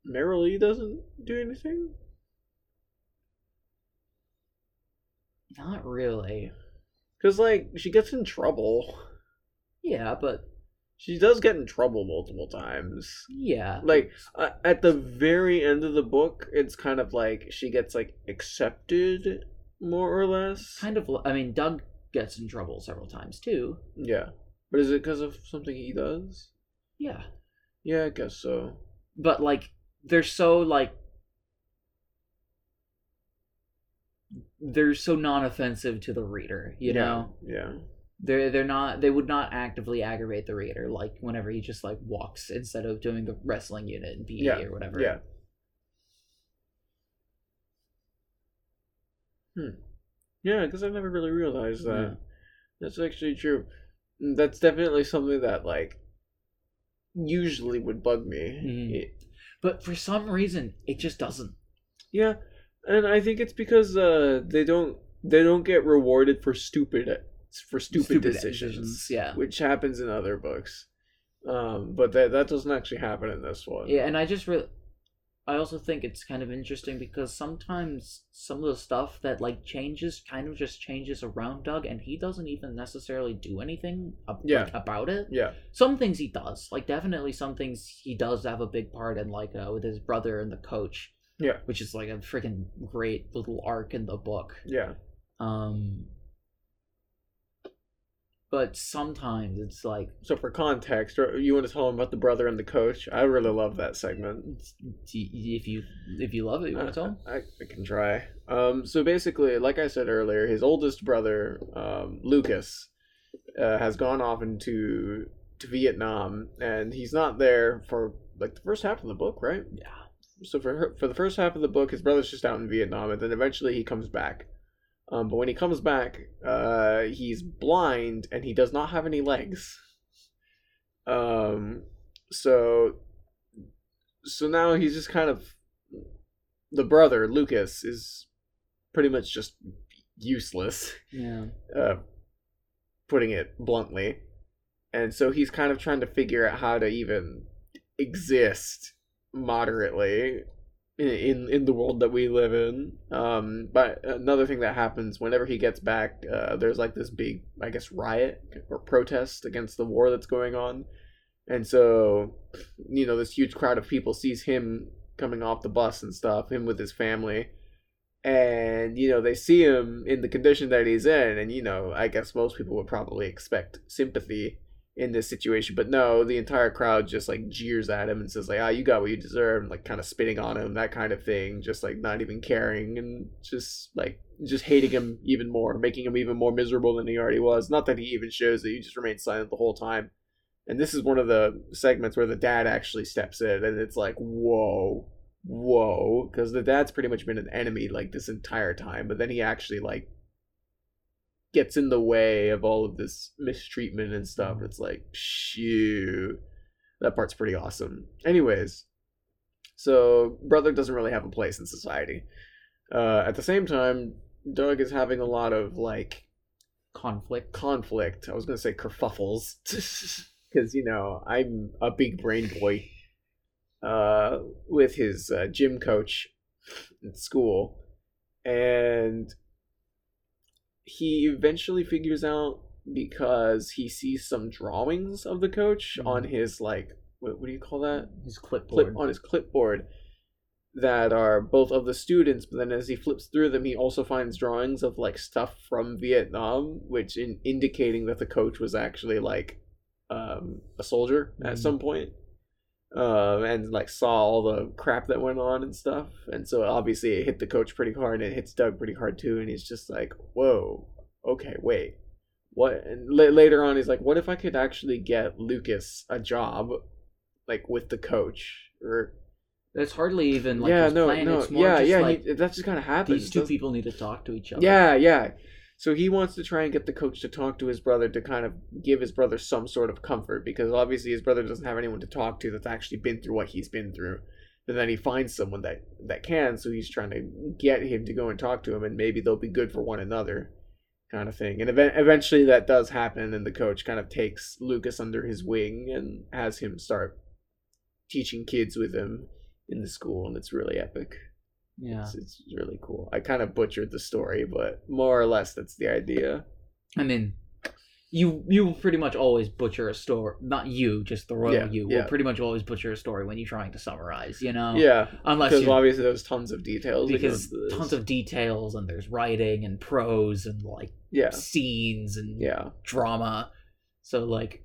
Speaker 2: Merrill Lee doesn't do anything?
Speaker 1: Not really.
Speaker 2: Because, like, she gets in trouble.
Speaker 1: Yeah, but
Speaker 2: She does get in trouble multiple times.
Speaker 1: yeah,
Speaker 2: Like, uh, at the very end of the book, it's kind of like she gets, like, accepted, more or less.
Speaker 1: kind of. li- I mean, Doug gets in trouble several times too.
Speaker 2: Yeah. But is it because of something he does?
Speaker 1: Yeah.
Speaker 2: Yeah, I guess so.
Speaker 1: but like they're so like they're so non-offensive to the reader you
Speaker 2: yeah.
Speaker 1: know
Speaker 2: Yeah.
Speaker 1: they're they're not they would not actively aggravate the reader like whenever he just like walks instead of doing the wrestling unit in PE
Speaker 2: Yeah,
Speaker 1: or whatever
Speaker 2: Yeah. Hmm. Yeah, because I never really realized that.
Speaker 1: Yeah.
Speaker 2: That's actually true. That's definitely something that like usually would bug me.
Speaker 1: Mhm.
Speaker 2: It-
Speaker 1: but for some reason it just doesn't
Speaker 2: yeah, and I think it's because uh, they don't they don't get rewarded for stupid for stupid, decisions,
Speaker 1: yeah
Speaker 2: which happens in other books. Um, but that that doesn't actually happen in this one.
Speaker 1: yeah and i just really i also think it's kind of interesting because sometimes some of the stuff that like changes kind of just changes around doug and he doesn't even necessarily do anything ab-
Speaker 2: Yeah.
Speaker 1: like, about it
Speaker 2: Yeah.
Speaker 1: some things he does like definitely some things he does have a big part in like uh, with his brother and the coach
Speaker 2: Yeah.
Speaker 1: which is like a freaking great little arc in the book
Speaker 2: Yeah.
Speaker 1: um but sometimes it's like
Speaker 2: So for context, or you want to tell them about the brother and the coach? I really love that segment.
Speaker 1: do you- if you if you love it you want to tell him
Speaker 2: Uh, I, I can try. Um, so basically, like I said earlier, his oldest brother, um, Lucas, uh, has gone off into to Vietnam, and he's not there for like the first half of the book, right?
Speaker 1: Yeah.
Speaker 2: So for her, for the first half of the book, his brother's just out in Vietnam, and then eventually he comes back. Um, but when he comes back, uh, he's blind and he does not have any legs. Um, so so now he's just kind of the brother Lucas is pretty much just useless,
Speaker 1: yeah
Speaker 2: uh, putting it bluntly, and so he's kind of trying to figure out how to even exist moderately in- in in the world that we live in. Um, but another thing that happens whenever he gets back, uh, there's like this big, I guess, riot or protest against the war that's going on, and so you know this huge crowd of people sees him coming off the bus and stuff, him with his family. And you know they see him in the condition that he's in, and you know I guess most people would probably expect sympathy in this situation. But no, the entire crowd just like jeers at him and says like, "Ah, you got what you deserve," and, like kind of spitting on him, that kind of thing. Just like not even caring and just like just hating him even more, making him even more miserable than he already was. Not that he even shows it; he just remains silent the whole time. And this is one of the segments where the dad actually steps in, and it's like, "Whoa." Whoa, because the dad's pretty much been an enemy like this entire time, but then he actually like gets in the way of all of this mistreatment and stuff. It's like, shoot. That part's pretty awesome. Anyways, so brother doesn't really have a place in society. Uh, at the same time, Doug is having a lot of like
Speaker 1: Conflict.
Speaker 2: conflict. I was gonna say kerfuffles, because you know I'm a big brain boy. Uh, with his uh, gym coach at school, and he eventually figures out because he sees some drawings of the coach
Speaker 1: Mhm.
Speaker 2: on his like what, what do you call that
Speaker 1: His
Speaker 2: clip
Speaker 1: clipboard.
Speaker 2: on his clipboard that are both of the students but then as he flips through them he also finds drawings of like stuff from vietnam which in indicating that the coach was actually like um, a soldier at
Speaker 1: Mhm.
Speaker 2: some point um, and like saw all the crap that went on and stuff and so obviously it hit the coach pretty hard and it hits doug pretty hard too and he's just like whoa okay wait what and la- later on he's like what if i could actually get lucas a job like with the coach or
Speaker 1: That's hardly even like
Speaker 2: yeah
Speaker 1: his
Speaker 2: no
Speaker 1: plan.
Speaker 2: no
Speaker 1: it's more
Speaker 2: yeah
Speaker 1: just
Speaker 2: yeah
Speaker 1: like
Speaker 2: he, that just kind of happens
Speaker 1: these two
Speaker 2: doesn't-
Speaker 1: people need to talk to each other.
Speaker 2: yeah yeah so he wants to try and get the coach to talk to his brother to kind of give his brother some sort of comfort because obviously his brother doesn't have anyone to talk to that's actually been through what he's been through and then he finds someone that that can so he's trying to get him to go and talk to him and maybe they'll be good for one another kind of thing and ev- eventually that does happen and the coach kind of takes lucas under his wing and has him start teaching kids with him in the school and it's really epic
Speaker 1: Yeah.
Speaker 2: it's, it's really cool. I kind of butchered the story, but more or less that's the idea.
Speaker 1: I mean, you you will pretty much always butcher a story. Not you, just the royal
Speaker 2: Yeah,
Speaker 1: you
Speaker 2: yeah.
Speaker 1: will pretty much always butcher a story when you're trying to summarize. You know,
Speaker 2: yeah,
Speaker 1: unless
Speaker 2: because
Speaker 1: Oh. you
Speaker 2: obviously there's tons of details. that go
Speaker 1: because
Speaker 2: into this.
Speaker 1: tons of details and there's writing and prose and like
Speaker 2: yeah,
Speaker 1: scenes and
Speaker 2: yeah.
Speaker 1: drama. So like,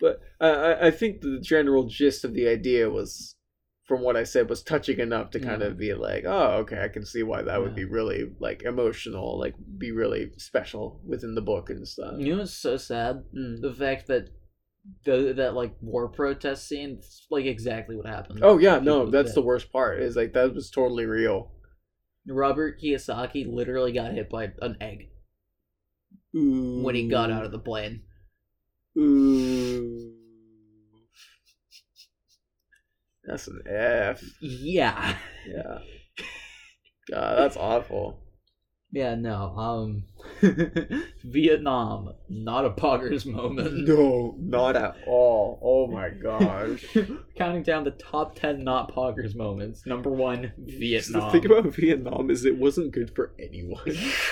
Speaker 2: But I- I I think the general gist of the idea was, from what I said, was touching enough to kind
Speaker 1: Yeah.
Speaker 2: of be like, oh, okay, I can see why that would be
Speaker 1: Yeah.
Speaker 2: really like emotional, like be really special within the book and stuff.
Speaker 1: you know, it's so sad
Speaker 2: Mm.
Speaker 1: the fact that the that like war protest scene, it's like exactly what happened.
Speaker 2: Oh yeah,
Speaker 1: People
Speaker 2: no, that's
Speaker 1: that-
Speaker 2: the worst part. Is like that was totally real.
Speaker 1: Robert Kiyosaki literally got hit by an egg when he got out of the plane.
Speaker 2: Ooh. That's an F.
Speaker 1: Yeah.
Speaker 2: Yeah. God, that's awful.
Speaker 1: Yeah, no. Um Vietnam, not a poggers moment.
Speaker 2: No, not at all. Oh my gosh.
Speaker 1: Counting down the top 10 not poggers moments. Number 1, Vietnam.
Speaker 2: The thing about Vietnam is it wasn't good for anyone.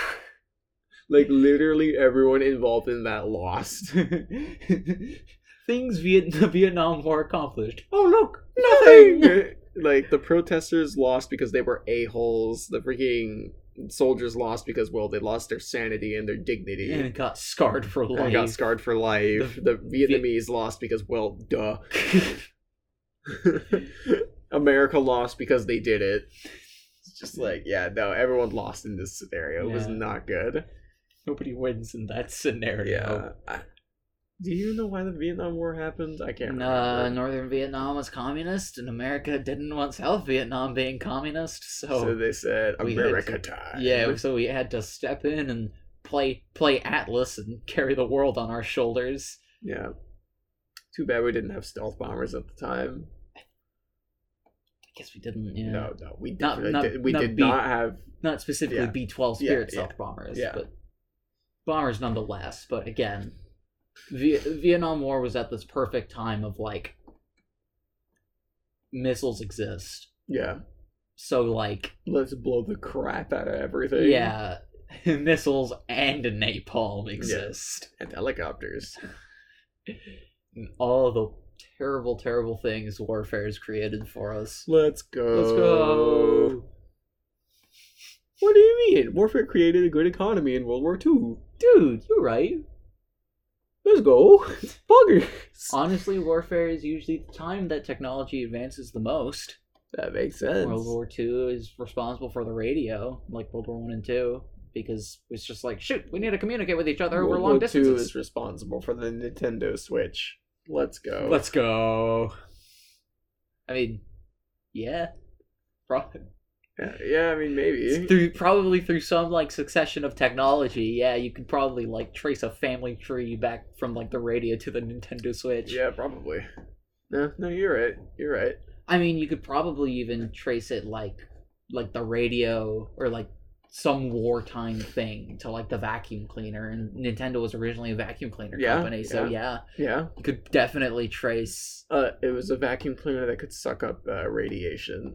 Speaker 2: Like literally everyone involved in that lost.
Speaker 1: Things Viet- the Vietnam War accomplished. Oh, look, nothing.
Speaker 2: Nothing. like the protesters lost because they were a-holes. The freaking soldiers lost because well, they lost their sanity and their dignity.
Speaker 1: And it got scarred for
Speaker 2: I
Speaker 1: life.
Speaker 2: got scarred for life. The, Vietnamese lost because, well, duh. America lost because they did it. It's just like, yeah, no, everyone lost in this scenario. It was
Speaker 1: Yeah.
Speaker 2: not good.
Speaker 1: Nobody wins in that scenario.
Speaker 2: Yeah. I- do you know why the Vietnam War happened? I can't remember.
Speaker 1: Uh, Northern Vietnam was communist, and America didn't want South Vietnam being communist,
Speaker 2: so they said
Speaker 1: we had
Speaker 2: America
Speaker 1: to-
Speaker 2: time.
Speaker 1: Yeah, so we had to step in and play play Atlas and carry the world on our shoulders.
Speaker 2: Yeah. Too bad we didn't have stealth bombers at the time.
Speaker 1: I guess we didn't, you know,
Speaker 2: No, no, we
Speaker 1: Not-
Speaker 2: definitely
Speaker 1: not-
Speaker 2: did. We
Speaker 1: not
Speaker 2: did
Speaker 1: beat-
Speaker 2: not have
Speaker 1: not specifically
Speaker 2: Yeah.
Speaker 1: B twelve
Speaker 2: Yeah,
Speaker 1: Spirit
Speaker 2: yeah,
Speaker 1: self bombers,
Speaker 2: yeah.
Speaker 1: but bombers nonetheless. But again, v- Vietnam War was at this perfect time of like missiles exist.
Speaker 2: Yeah.
Speaker 1: So like
Speaker 2: Let's blow the crap out of everything.
Speaker 1: yeah, missiles and napalm exist.
Speaker 2: And helicopters.
Speaker 1: And all the terrible, terrible things warfare has created for us.
Speaker 2: Let's go.
Speaker 1: Let's
Speaker 2: Oh.
Speaker 1: go.
Speaker 2: What do you mean? Warfare created a good economy in World War II.
Speaker 1: Dude, you're right.
Speaker 2: Let's go. Buggers.
Speaker 1: Honestly, warfare is usually the time that technology advances the most.
Speaker 2: That makes sense.
Speaker 1: World War II is responsible for the radio, like World War One and Two, because it's just like, shoot, we need to communicate with each other over
Speaker 2: World
Speaker 1: long
Speaker 2: War II
Speaker 1: distances.
Speaker 2: is responsible for the Nintendo Switch. Let's go.
Speaker 1: Let's go. I mean, yeah, probably
Speaker 2: Yeah, yeah, I mean, maybe.
Speaker 1: through probably through some like succession of technology. Yeah, you could probably like trace a family tree back from like the radio to the Nintendo Switch.
Speaker 2: Yeah, probably. No, no, you're right. You're right.
Speaker 1: I mean, you could probably even trace it like like the radio or like some wartime thing to like the vacuum cleaner and Nintendo was originally a vacuum cleaner
Speaker 2: Yeah,
Speaker 1: company, so
Speaker 2: yeah.
Speaker 1: yeah.
Speaker 2: Yeah.
Speaker 1: you could definitely trace
Speaker 2: Uh, it was a vacuum cleaner that could suck up uh, radiation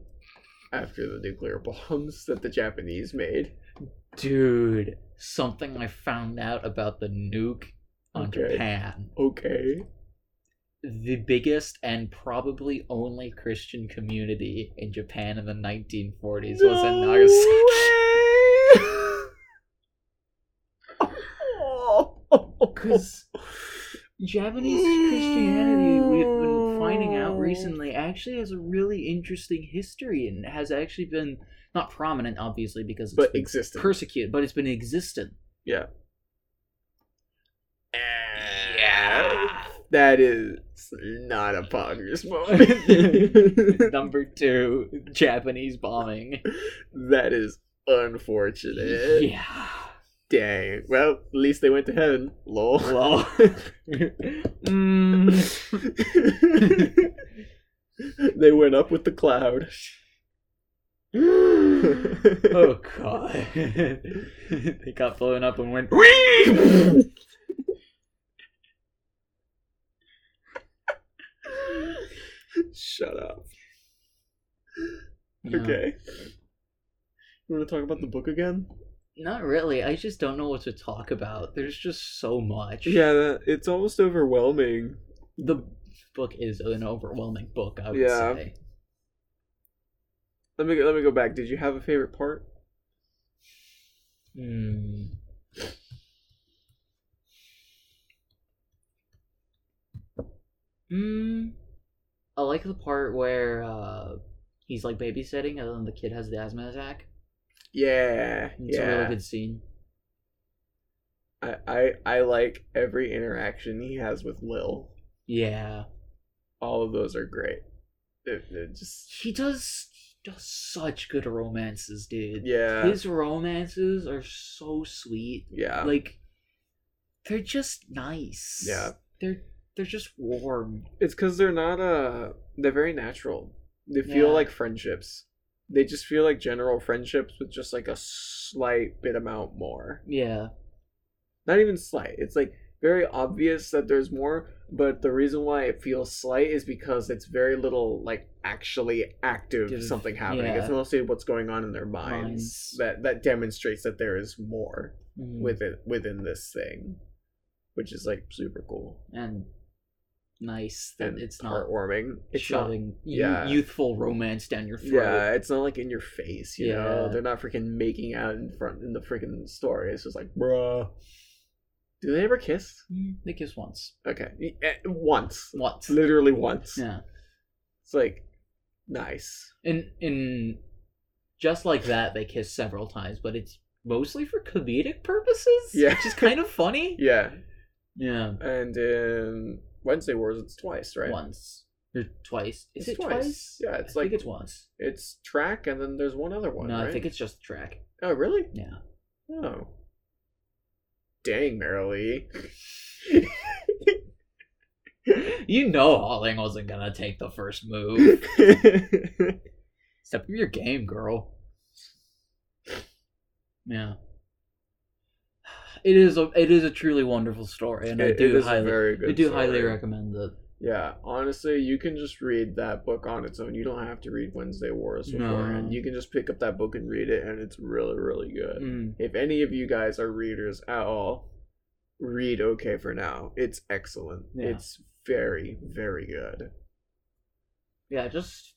Speaker 2: after the nuclear bombs that the Japanese made.
Speaker 1: dude, something I found out about the nuke on
Speaker 2: Okay.
Speaker 1: Japan.
Speaker 2: Okay.
Speaker 1: The biggest and probably only Christian community in Japan in the 1940s was in Nagasaki. Because Japanese Christianity, we've been finding out recently, actually has a really interesting history and has actually been not prominent, obviously, because it's
Speaker 2: but
Speaker 1: been
Speaker 2: existed.
Speaker 1: persecuted, but it's been existent.
Speaker 2: That is not a poggers moment.
Speaker 1: Number two, Japanese bombing.
Speaker 2: that is unfortunate.
Speaker 1: yeah.
Speaker 2: Dang. Well, at least they went to heaven. Lol.
Speaker 1: Lol. Mm.
Speaker 2: they went up with the cloud.
Speaker 1: Oh god. they got blown up and went.
Speaker 2: Shut up.
Speaker 1: No.
Speaker 2: Okay. You want to talk about the book again?
Speaker 1: Not really. I just don't know what to talk about. There's just so much.
Speaker 2: Yeah, that, it's almost overwhelming.
Speaker 1: the book is an overwhelming book. I would
Speaker 2: Yeah.
Speaker 1: say.
Speaker 2: Let me let me go back. Did you have a favorite part?
Speaker 1: Hmm. Hmm. I like the part where uh, he's like babysitting, and then the kid has the asthma attack.
Speaker 2: Yeah,
Speaker 1: It's
Speaker 2: yeah.
Speaker 1: a really good scene.
Speaker 2: I, I I like every interaction he has with Lil.
Speaker 1: Yeah,
Speaker 2: All of those are great. It, it just
Speaker 1: he does he does such good romances, dude.
Speaker 2: yeah
Speaker 1: His romances are so sweet.
Speaker 2: yeah
Speaker 1: like they're just nice.
Speaker 2: Yeah.
Speaker 1: They're they're just warm.
Speaker 2: It's because they're not uh they're very natural. They feel
Speaker 1: Yeah.
Speaker 2: like friendships. They just feel like general friendships with just like a slight bit amount more.
Speaker 1: Yeah.
Speaker 2: Not even slight. It's like very obvious that there's more, but the reason why it feels slight is because it's very little like actually active
Speaker 1: Div-
Speaker 2: something happening.
Speaker 1: yeah.
Speaker 2: It's mostly what's going on in their minds
Speaker 1: Minds.
Speaker 2: that that demonstrates that there is more
Speaker 1: Mm.
Speaker 2: with it within this thing, which is like super cool
Speaker 1: and nice that
Speaker 2: and
Speaker 1: it's not
Speaker 2: heartwarming. It's not
Speaker 1: shoving y-
Speaker 2: yeah.
Speaker 1: youthful romance down your throat.
Speaker 2: Yeah, it's not like in your face, you know.
Speaker 1: Yeah.
Speaker 2: They're not freaking making out in front in the freaking story. It's just like, bruh. Do they ever kiss?
Speaker 1: Mm, They kiss once.
Speaker 2: Okay, Eh, once,
Speaker 1: Once.
Speaker 2: literally once.
Speaker 1: Yeah.
Speaker 2: It's like nice.
Speaker 1: And in just like that they kiss several times, but it's mostly for comedic purposes.
Speaker 2: Yeah.
Speaker 1: Which is kind of funny.
Speaker 2: Yeah,
Speaker 1: Yeah.
Speaker 2: and in Wednesday Wars, it's twice, right?
Speaker 1: Once. Or twice. Is
Speaker 2: It's
Speaker 1: it
Speaker 2: twice.
Speaker 1: twice?
Speaker 2: Yeah, it's
Speaker 1: I
Speaker 2: like-
Speaker 1: think it's once.
Speaker 2: It's track, and then there's one other one.
Speaker 1: no,
Speaker 2: right?
Speaker 1: I think it's just the track.
Speaker 2: Oh, really?
Speaker 1: Yeah.
Speaker 2: Oh. Dang, Marilee.
Speaker 1: You know Holling wasn't gonna take the first move. Step up your game, girl. Yeah. It is a it is a truly wonderful story, and I
Speaker 2: It- it
Speaker 1: do
Speaker 2: is a
Speaker 1: highly
Speaker 2: very good
Speaker 1: I do highly
Speaker 2: story.
Speaker 1: recommend it.
Speaker 2: Yeah, honestly, you can just read that book on its own. You don't have to read Wednesday Wars
Speaker 1: No.
Speaker 2: beforehand. You can just pick up that book and read it, and it's really, really good.
Speaker 1: Mm.
Speaker 2: If any of you guys are readers at all, read OK for Now. It's excellent.
Speaker 1: Yeah.
Speaker 2: It's very, very good.
Speaker 1: Yeah, just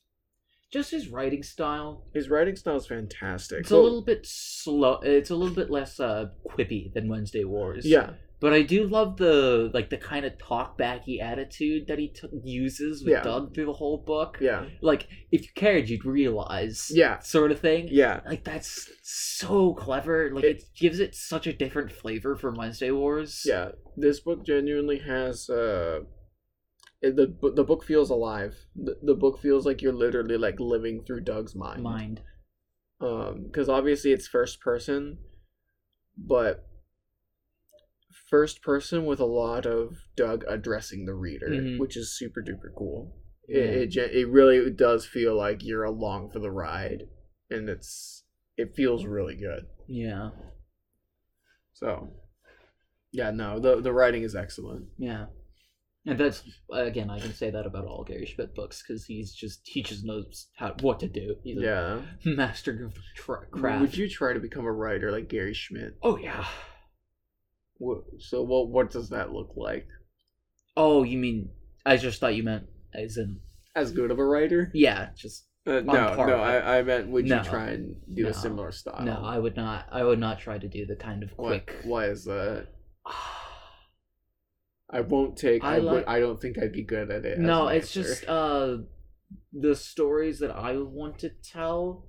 Speaker 1: just his writing style.
Speaker 2: His writing style is fantastic.
Speaker 1: It's a
Speaker 2: Well,
Speaker 1: little bit slow. It's a little bit less uh, quippy than Wednesday Wars.
Speaker 2: Yeah,
Speaker 1: but I do love the like the kind of talkbacky attitude that he t- uses with
Speaker 2: Yeah.
Speaker 1: Doug through the whole book.
Speaker 2: yeah,
Speaker 1: Like if you cared, you'd realize.
Speaker 2: yeah,
Speaker 1: sort of thing.
Speaker 2: yeah.
Speaker 1: Like that's so clever. Like it, gives it such a different flavor from Wednesday Wars.
Speaker 2: Yeah, this book genuinely has uh, it- the bu- the book feels alive. The, the book feels like you're literally like living through Doug's mind.
Speaker 1: mind.
Speaker 2: Um, because obviously it's first person, but first person with a lot of Doug addressing the reader,
Speaker 1: Mhm.
Speaker 2: which is super duper cool.
Speaker 1: Yeah.
Speaker 2: It it, gen- it really does feel like you're along for the ride, and it's it feels really good.
Speaker 1: Yeah,
Speaker 2: So, yeah, no, the the writing is excellent.
Speaker 1: yeah. And that's again, I can say that about all Gary Schmidt books because he's just he just knows how what to do. He's a
Speaker 2: Yeah.
Speaker 1: master of the tra-
Speaker 2: Would
Speaker 1: craft.
Speaker 2: you try to become a writer like Gary Schmidt?
Speaker 1: Oh yeah.
Speaker 2: Wha- So what what does that look like?
Speaker 1: Oh, you mean I just thought you meant as in
Speaker 2: As good of a writer?
Speaker 1: yeah, just
Speaker 2: Uh, no,
Speaker 1: par.
Speaker 2: no, I, I meant would
Speaker 1: No.
Speaker 2: you try and do
Speaker 1: No.
Speaker 2: a similar style?
Speaker 1: no. I would not. I would not try to do the kind of
Speaker 2: Why,
Speaker 1: quick.
Speaker 2: why is that? I won't take.
Speaker 1: I
Speaker 2: I,
Speaker 1: like-
Speaker 2: would, I don't think I'd be good at it. as
Speaker 1: no
Speaker 2: an
Speaker 1: it's
Speaker 2: actor.
Speaker 1: just uh the stories that i want to tell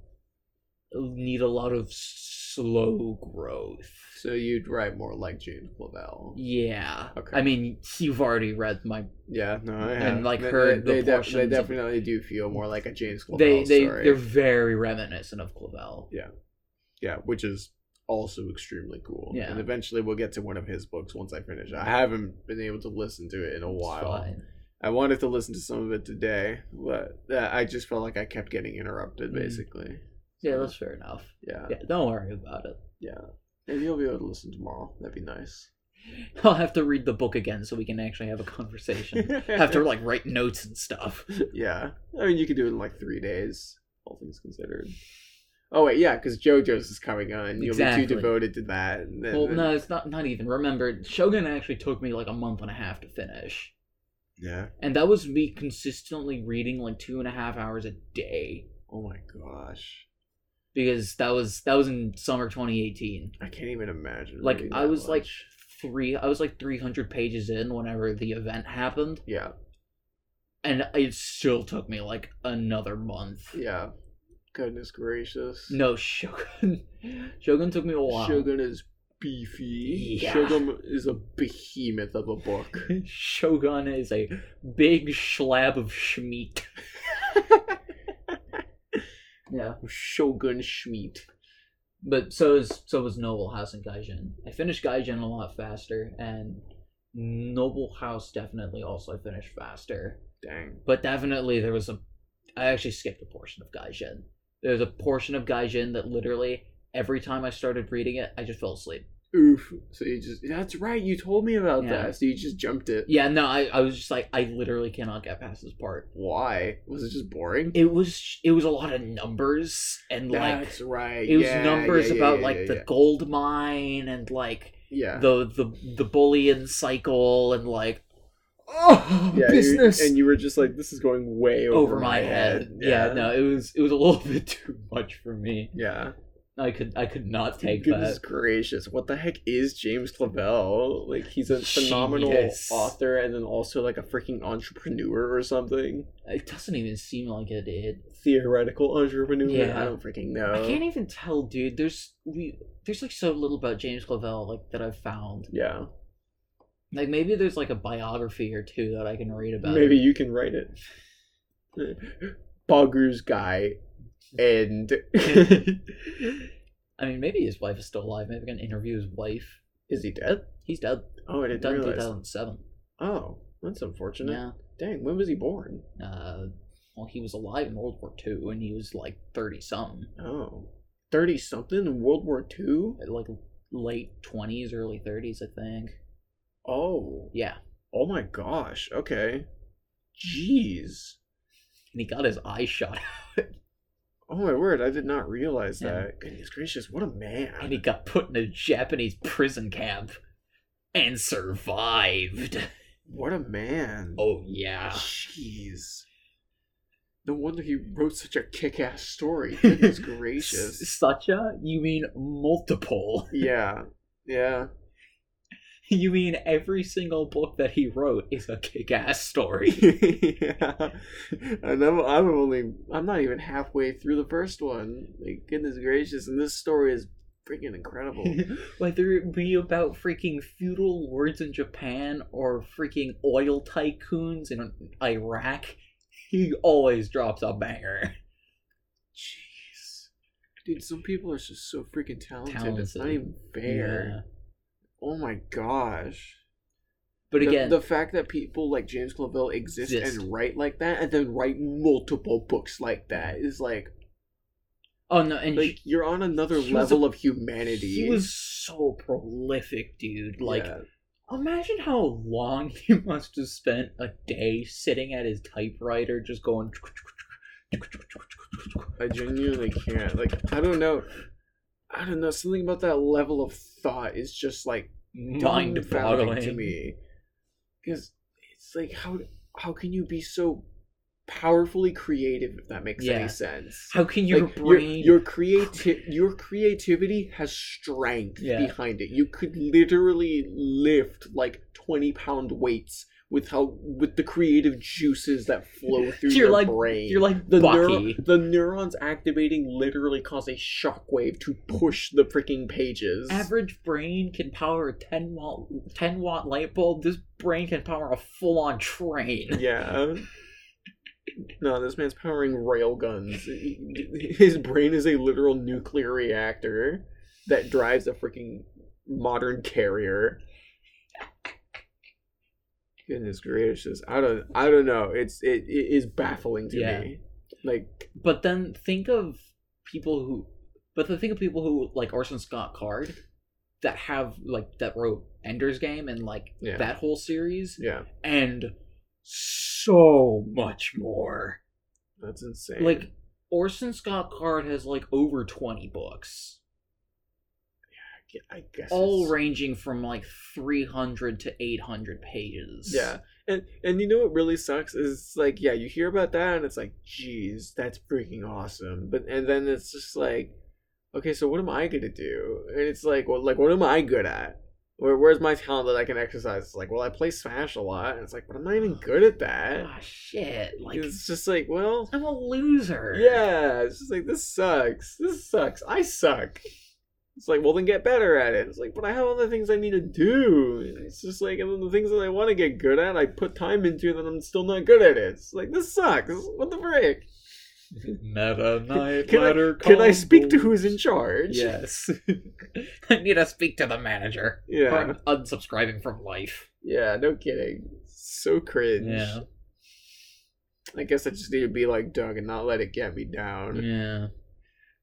Speaker 1: need a lot of slow growth
Speaker 2: So you'd write more like James Clavell.
Speaker 1: yeah
Speaker 2: Okay.
Speaker 1: i mean you've already read my
Speaker 2: Yeah, no, I
Speaker 1: And,
Speaker 2: have.
Speaker 1: like,
Speaker 2: They-
Speaker 1: heard
Speaker 2: they,
Speaker 1: the
Speaker 2: def-
Speaker 1: portions
Speaker 2: they
Speaker 1: of-
Speaker 2: definitely do feel more like a James Clavell
Speaker 1: they they
Speaker 2: story.
Speaker 1: they're very reminiscent of clavel
Speaker 2: yeah, which is also extremely cool.
Speaker 1: Yeah.
Speaker 2: And eventually we'll get to one of his books once I finish. it. I haven't been able to listen to it in a
Speaker 1: It's
Speaker 2: while.
Speaker 1: fine.
Speaker 2: I wanted to listen to some of it today, but uh, I just felt like I kept getting interrupted
Speaker 1: Mhm.
Speaker 2: basically.
Speaker 1: yeah
Speaker 2: So,
Speaker 1: that's fair enough
Speaker 2: yeah.
Speaker 1: yeah don't worry about it
Speaker 2: Maybe you'll be able to listen tomorrow. That'd be nice.
Speaker 1: i'll have to read the book again so we can actually have a conversation have to like write notes and stuff
Speaker 2: Yeah. I mean, you could do it in like three days, all things considered. Oh, wait, yeah, because JoJo's is coming on. You'll
Speaker 1: Exactly.
Speaker 2: be too devoted to that. And then,
Speaker 1: well no it's not not even remember shogun actually took me like a month and a half to finish
Speaker 2: Yeah.
Speaker 1: And that was me consistently reading like two and a half hours a day
Speaker 2: Oh my gosh.
Speaker 1: because that was that was in summer 2018.
Speaker 2: I can't even imagine.
Speaker 1: Like
Speaker 2: reading
Speaker 1: I
Speaker 2: that
Speaker 1: was like
Speaker 2: much.
Speaker 1: three, I was like 300 pages in whenever the event happened,
Speaker 2: Yeah.
Speaker 1: and it still took me like another month.
Speaker 2: Yeah. Goodness gracious.
Speaker 1: No, Shogun, Shogun took me a while.
Speaker 2: Shogun is beefy.
Speaker 1: Yeah.
Speaker 2: Shogun is a behemoth of a book.
Speaker 1: Shogun is a big slab of schmeat. yeah,
Speaker 2: Shogun Schmied.
Speaker 1: but so is so was Noble House and Gaijin. I finished Gaijin a lot faster, and Noble House definitely also finished faster.
Speaker 2: Dang.
Speaker 1: But definitely there was a, I actually skipped a portion of Gaijin. There's a portion of Gaijin that literally every time I started reading it, I just fell asleep.
Speaker 2: Oof. So you just. That's right. You told me about
Speaker 1: Yeah.
Speaker 2: that. So you just jumped it.
Speaker 1: Yeah, no, I, I was just like I literally cannot get past this part.
Speaker 2: Why? Was it just boring?
Speaker 1: It was it was a lot of numbers and like
Speaker 2: That's right.
Speaker 1: it was
Speaker 2: yeah,
Speaker 1: numbers
Speaker 2: yeah, yeah,
Speaker 1: about
Speaker 2: yeah,
Speaker 1: like
Speaker 2: yeah,
Speaker 1: the
Speaker 2: yeah.
Speaker 1: gold mine and like
Speaker 2: yeah.
Speaker 1: the the the bullion cycle and like oh
Speaker 2: Yeah, you-
Speaker 1: business
Speaker 2: and you were just like, this is going way over,
Speaker 1: over my head. Yeah. no, it was it was a little bit too much for me.
Speaker 2: Yeah.
Speaker 1: I could I could not take
Speaker 2: Goodness
Speaker 1: that.
Speaker 2: gracious. What the heck is James Clavell? Like, he's a phenomenal
Speaker 1: Genius.
Speaker 2: author and then also like a freaking entrepreneur or something.
Speaker 1: It doesn't even seem like it. it
Speaker 2: Theoretical entrepreneur.
Speaker 1: Yeah.
Speaker 2: I don't freaking know.
Speaker 1: I can't even tell, dude. There's we there's like so little about James Clavell like that I've found.
Speaker 2: Yeah.
Speaker 1: Like maybe there's like a biography or two that I can read about.
Speaker 2: Maybe
Speaker 1: him.
Speaker 2: you can write it. Boggers guy and
Speaker 1: I mean, maybe his wife is still alive. Maybe I can interview his wife.
Speaker 2: Is he dead?
Speaker 1: He's dead.
Speaker 2: Oh, I didn't
Speaker 1: Done in
Speaker 2: realize.
Speaker 1: 2007.
Speaker 2: Oh, that's unfortunate.
Speaker 1: Yeah.
Speaker 2: Dang, when was he born?
Speaker 1: uh, well, he was alive in World War Two, and he was like thirty something,
Speaker 2: Oh. 30 something in World War II?
Speaker 1: like late twenties, early thirties, I think.
Speaker 2: Oh.
Speaker 1: Yeah,
Speaker 2: Oh my gosh. Okay. Jeez.
Speaker 1: and he got his eye shot out,
Speaker 2: Oh my word, I did not realize
Speaker 1: Yeah.
Speaker 2: that. Goodness gracious, what a
Speaker 1: and
Speaker 2: man.
Speaker 1: he got put in a Japanese prison camp, and survived.
Speaker 2: What a man.
Speaker 1: Oh yeah.
Speaker 2: Jeez. No wonder he wrote such a kick ass story. Goodness
Speaker 1: S-
Speaker 2: gracious.
Speaker 1: Such a? You mean multiple?
Speaker 2: Yeah. Yeah.
Speaker 1: You mean every single book that he wrote is a kick-ass story?
Speaker 2: yeah. And I'm, I'm only, I'm not even halfway through the first one. Like, goodness gracious. And this story is freaking incredible.
Speaker 1: Whether it be about freaking feudal lords in Japan or freaking oil tycoons in Iraq, he always drops a banger.
Speaker 2: Jeez. Dude, some people are just so freaking talented. It's not
Speaker 1: Talented.
Speaker 2: even fair.
Speaker 1: Yeah.
Speaker 2: Oh my gosh.
Speaker 1: But
Speaker 2: The-
Speaker 1: again,
Speaker 2: the, fact that people like James Clavell exist,
Speaker 1: Exist.
Speaker 2: and write like that, and then write multiple books like that is like,
Speaker 1: oh no, and
Speaker 2: like you're on another
Speaker 1: he was
Speaker 2: level
Speaker 1: a-
Speaker 2: of humanity.
Speaker 1: he was so prolific, dude. Like,
Speaker 2: Yeah.
Speaker 1: imagine how long he must have spent a day sitting at his typewriter, just going.
Speaker 2: I genuinely can't. Like, I don't know. I don't know. Something about that level of thought is just like mind-boggling
Speaker 1: mind-boggling
Speaker 2: to me. Because it's like how how can you be so powerfully creative if that makes
Speaker 1: Yeah.
Speaker 2: any sense?
Speaker 1: How can your
Speaker 2: Like,
Speaker 1: brain?
Speaker 2: your, your creati- your creativity has strength
Speaker 1: Yeah.
Speaker 2: behind it. You could literally lift like twenty pound weights with how with the creative juices that flow through
Speaker 1: You're
Speaker 2: your
Speaker 1: like-
Speaker 2: brain.
Speaker 1: you're like
Speaker 2: the
Speaker 1: Bucky.
Speaker 2: the neurons activating literally cause a shockwave to push the freaking pages.
Speaker 1: average brain can power a 10 watt 10 watt light bulb this brain can power a full-on train
Speaker 2: Yeah. um, No, this man's powering railguns. His brain is a literal nuclear reactor that drives a freaking modern carrier. Goodness gracious, I don't, I don't know. It's it, it is baffling to
Speaker 1: Yeah.
Speaker 2: me. Like,
Speaker 1: but then think of people who but then think of people who like orson scott card that have like that wrote ender's game and like
Speaker 2: Yeah.
Speaker 1: that whole series
Speaker 2: yeah,
Speaker 1: and so much more
Speaker 2: that's insane.
Speaker 1: like orson scott card has like over 20 books
Speaker 2: I guess
Speaker 1: all
Speaker 2: it's-
Speaker 1: ranging from like 300 to 800 pages
Speaker 2: Yeah. And and you know what really sucks is it's like, yeah, you hear about that and it's like, geez, that's freaking awesome. But and then it's just like, okay, so what am I gonna do? And it's like, well, like what am I good at? Where, where's my talent that I can exercise? It's like, well, I play Smash a lot, and it's like, but I'm not even good at that.
Speaker 1: Ah, shit. Like,
Speaker 2: it's just like, well,
Speaker 1: I'm a loser.
Speaker 2: yeah, it's just like this sucks. This sucks. I suck. It's like, well, then get better at it. It's like, but I have other things I need to do. It's just like, and then the things that I want to get good at, I put time into, and then I'm still not good at it. It's like this sucks. What the frick?
Speaker 1: Meta Knight
Speaker 2: Can I-
Speaker 1: letter
Speaker 2: Can I speak to who's in charge?
Speaker 1: Yes. I need to speak to the manager. Or
Speaker 2: Yeah.
Speaker 1: I'm unsubscribing from life.
Speaker 2: Yeah. No kidding. So cringe.
Speaker 1: Yeah.
Speaker 2: I guess I just need to be like Doug and not let it get me down.
Speaker 1: Yeah.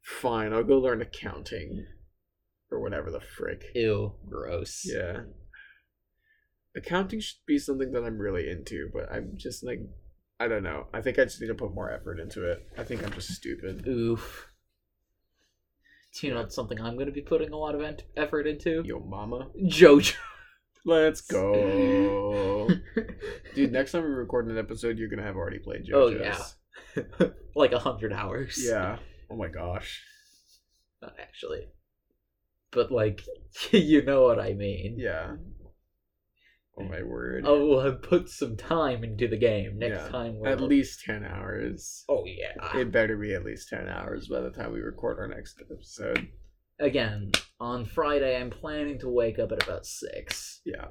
Speaker 2: Fine, I'll go learn accounting, or whatever the frick.
Speaker 1: Ew. Gross.
Speaker 2: Yeah. Accounting should be something that I'm really into, but I'm just like, I don't know. I think I just need to put more effort into it. I think I'm just stupid.
Speaker 1: Oof. Do you know it's something I'm going to be putting a lot of ent- effort into?
Speaker 2: Yo, mama.
Speaker 1: JoJo.
Speaker 2: Let's go. Dude, next time we record an episode, you're going to have already played JoJo's.
Speaker 1: Oh, like a hundred hours.
Speaker 2: Yeah. Oh my gosh.
Speaker 1: Not actually. But, like, you know what I mean.
Speaker 2: Yeah. Oh my word.
Speaker 1: I will have put some time into the game next
Speaker 2: Yeah,
Speaker 1: time. We're
Speaker 2: At least 10 hours.
Speaker 1: Oh yeah.
Speaker 2: It better be at least 10 hours by the time we record our next episode.
Speaker 1: Again, on Friday, I'm planning to wake up at about six.
Speaker 2: Yeah.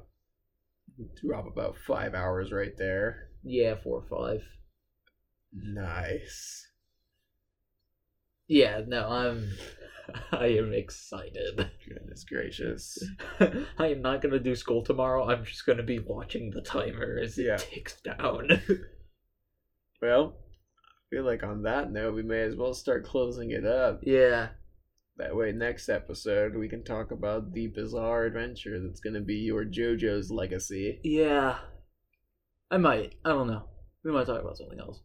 Speaker 2: Drop about five hours right there.
Speaker 1: Yeah, four or five.
Speaker 2: Nice.
Speaker 1: Yeah, no, I'm. I am excited.
Speaker 2: Goodness gracious.
Speaker 1: I am not gonna do school tomorrow. I'm just gonna be watching the timer as it
Speaker 2: Yeah.
Speaker 1: ticks down.
Speaker 2: Well, I feel like on that note, we may as well start closing it up.
Speaker 1: yeah.
Speaker 2: That way, next episode, we can talk about the bizarre adventure that's going to be your JoJo's legacy.
Speaker 1: Yeah. I might. I don't know. We might talk about something else.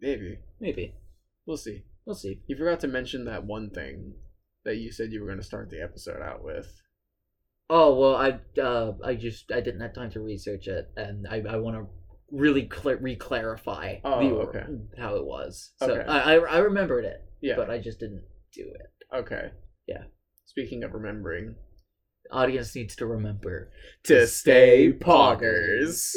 Speaker 2: Maybe.
Speaker 1: Maybe.
Speaker 2: We'll see.
Speaker 1: We'll see.
Speaker 2: You forgot to mention that one thing that you said you were going to start the episode out with.
Speaker 1: Oh well, I uh, I just I didn't have time to research it, and I I want to really cl- re-clarify
Speaker 2: Oh,
Speaker 1: the or-
Speaker 2: okay.
Speaker 1: how it was. So
Speaker 2: Okay.
Speaker 1: I, I I remembered it,
Speaker 2: Yeah.
Speaker 1: but I just didn't do it.
Speaker 2: okay.
Speaker 1: Yeah.
Speaker 2: Speaking of remembering,
Speaker 1: Audience needs to remember
Speaker 2: to stay poggers.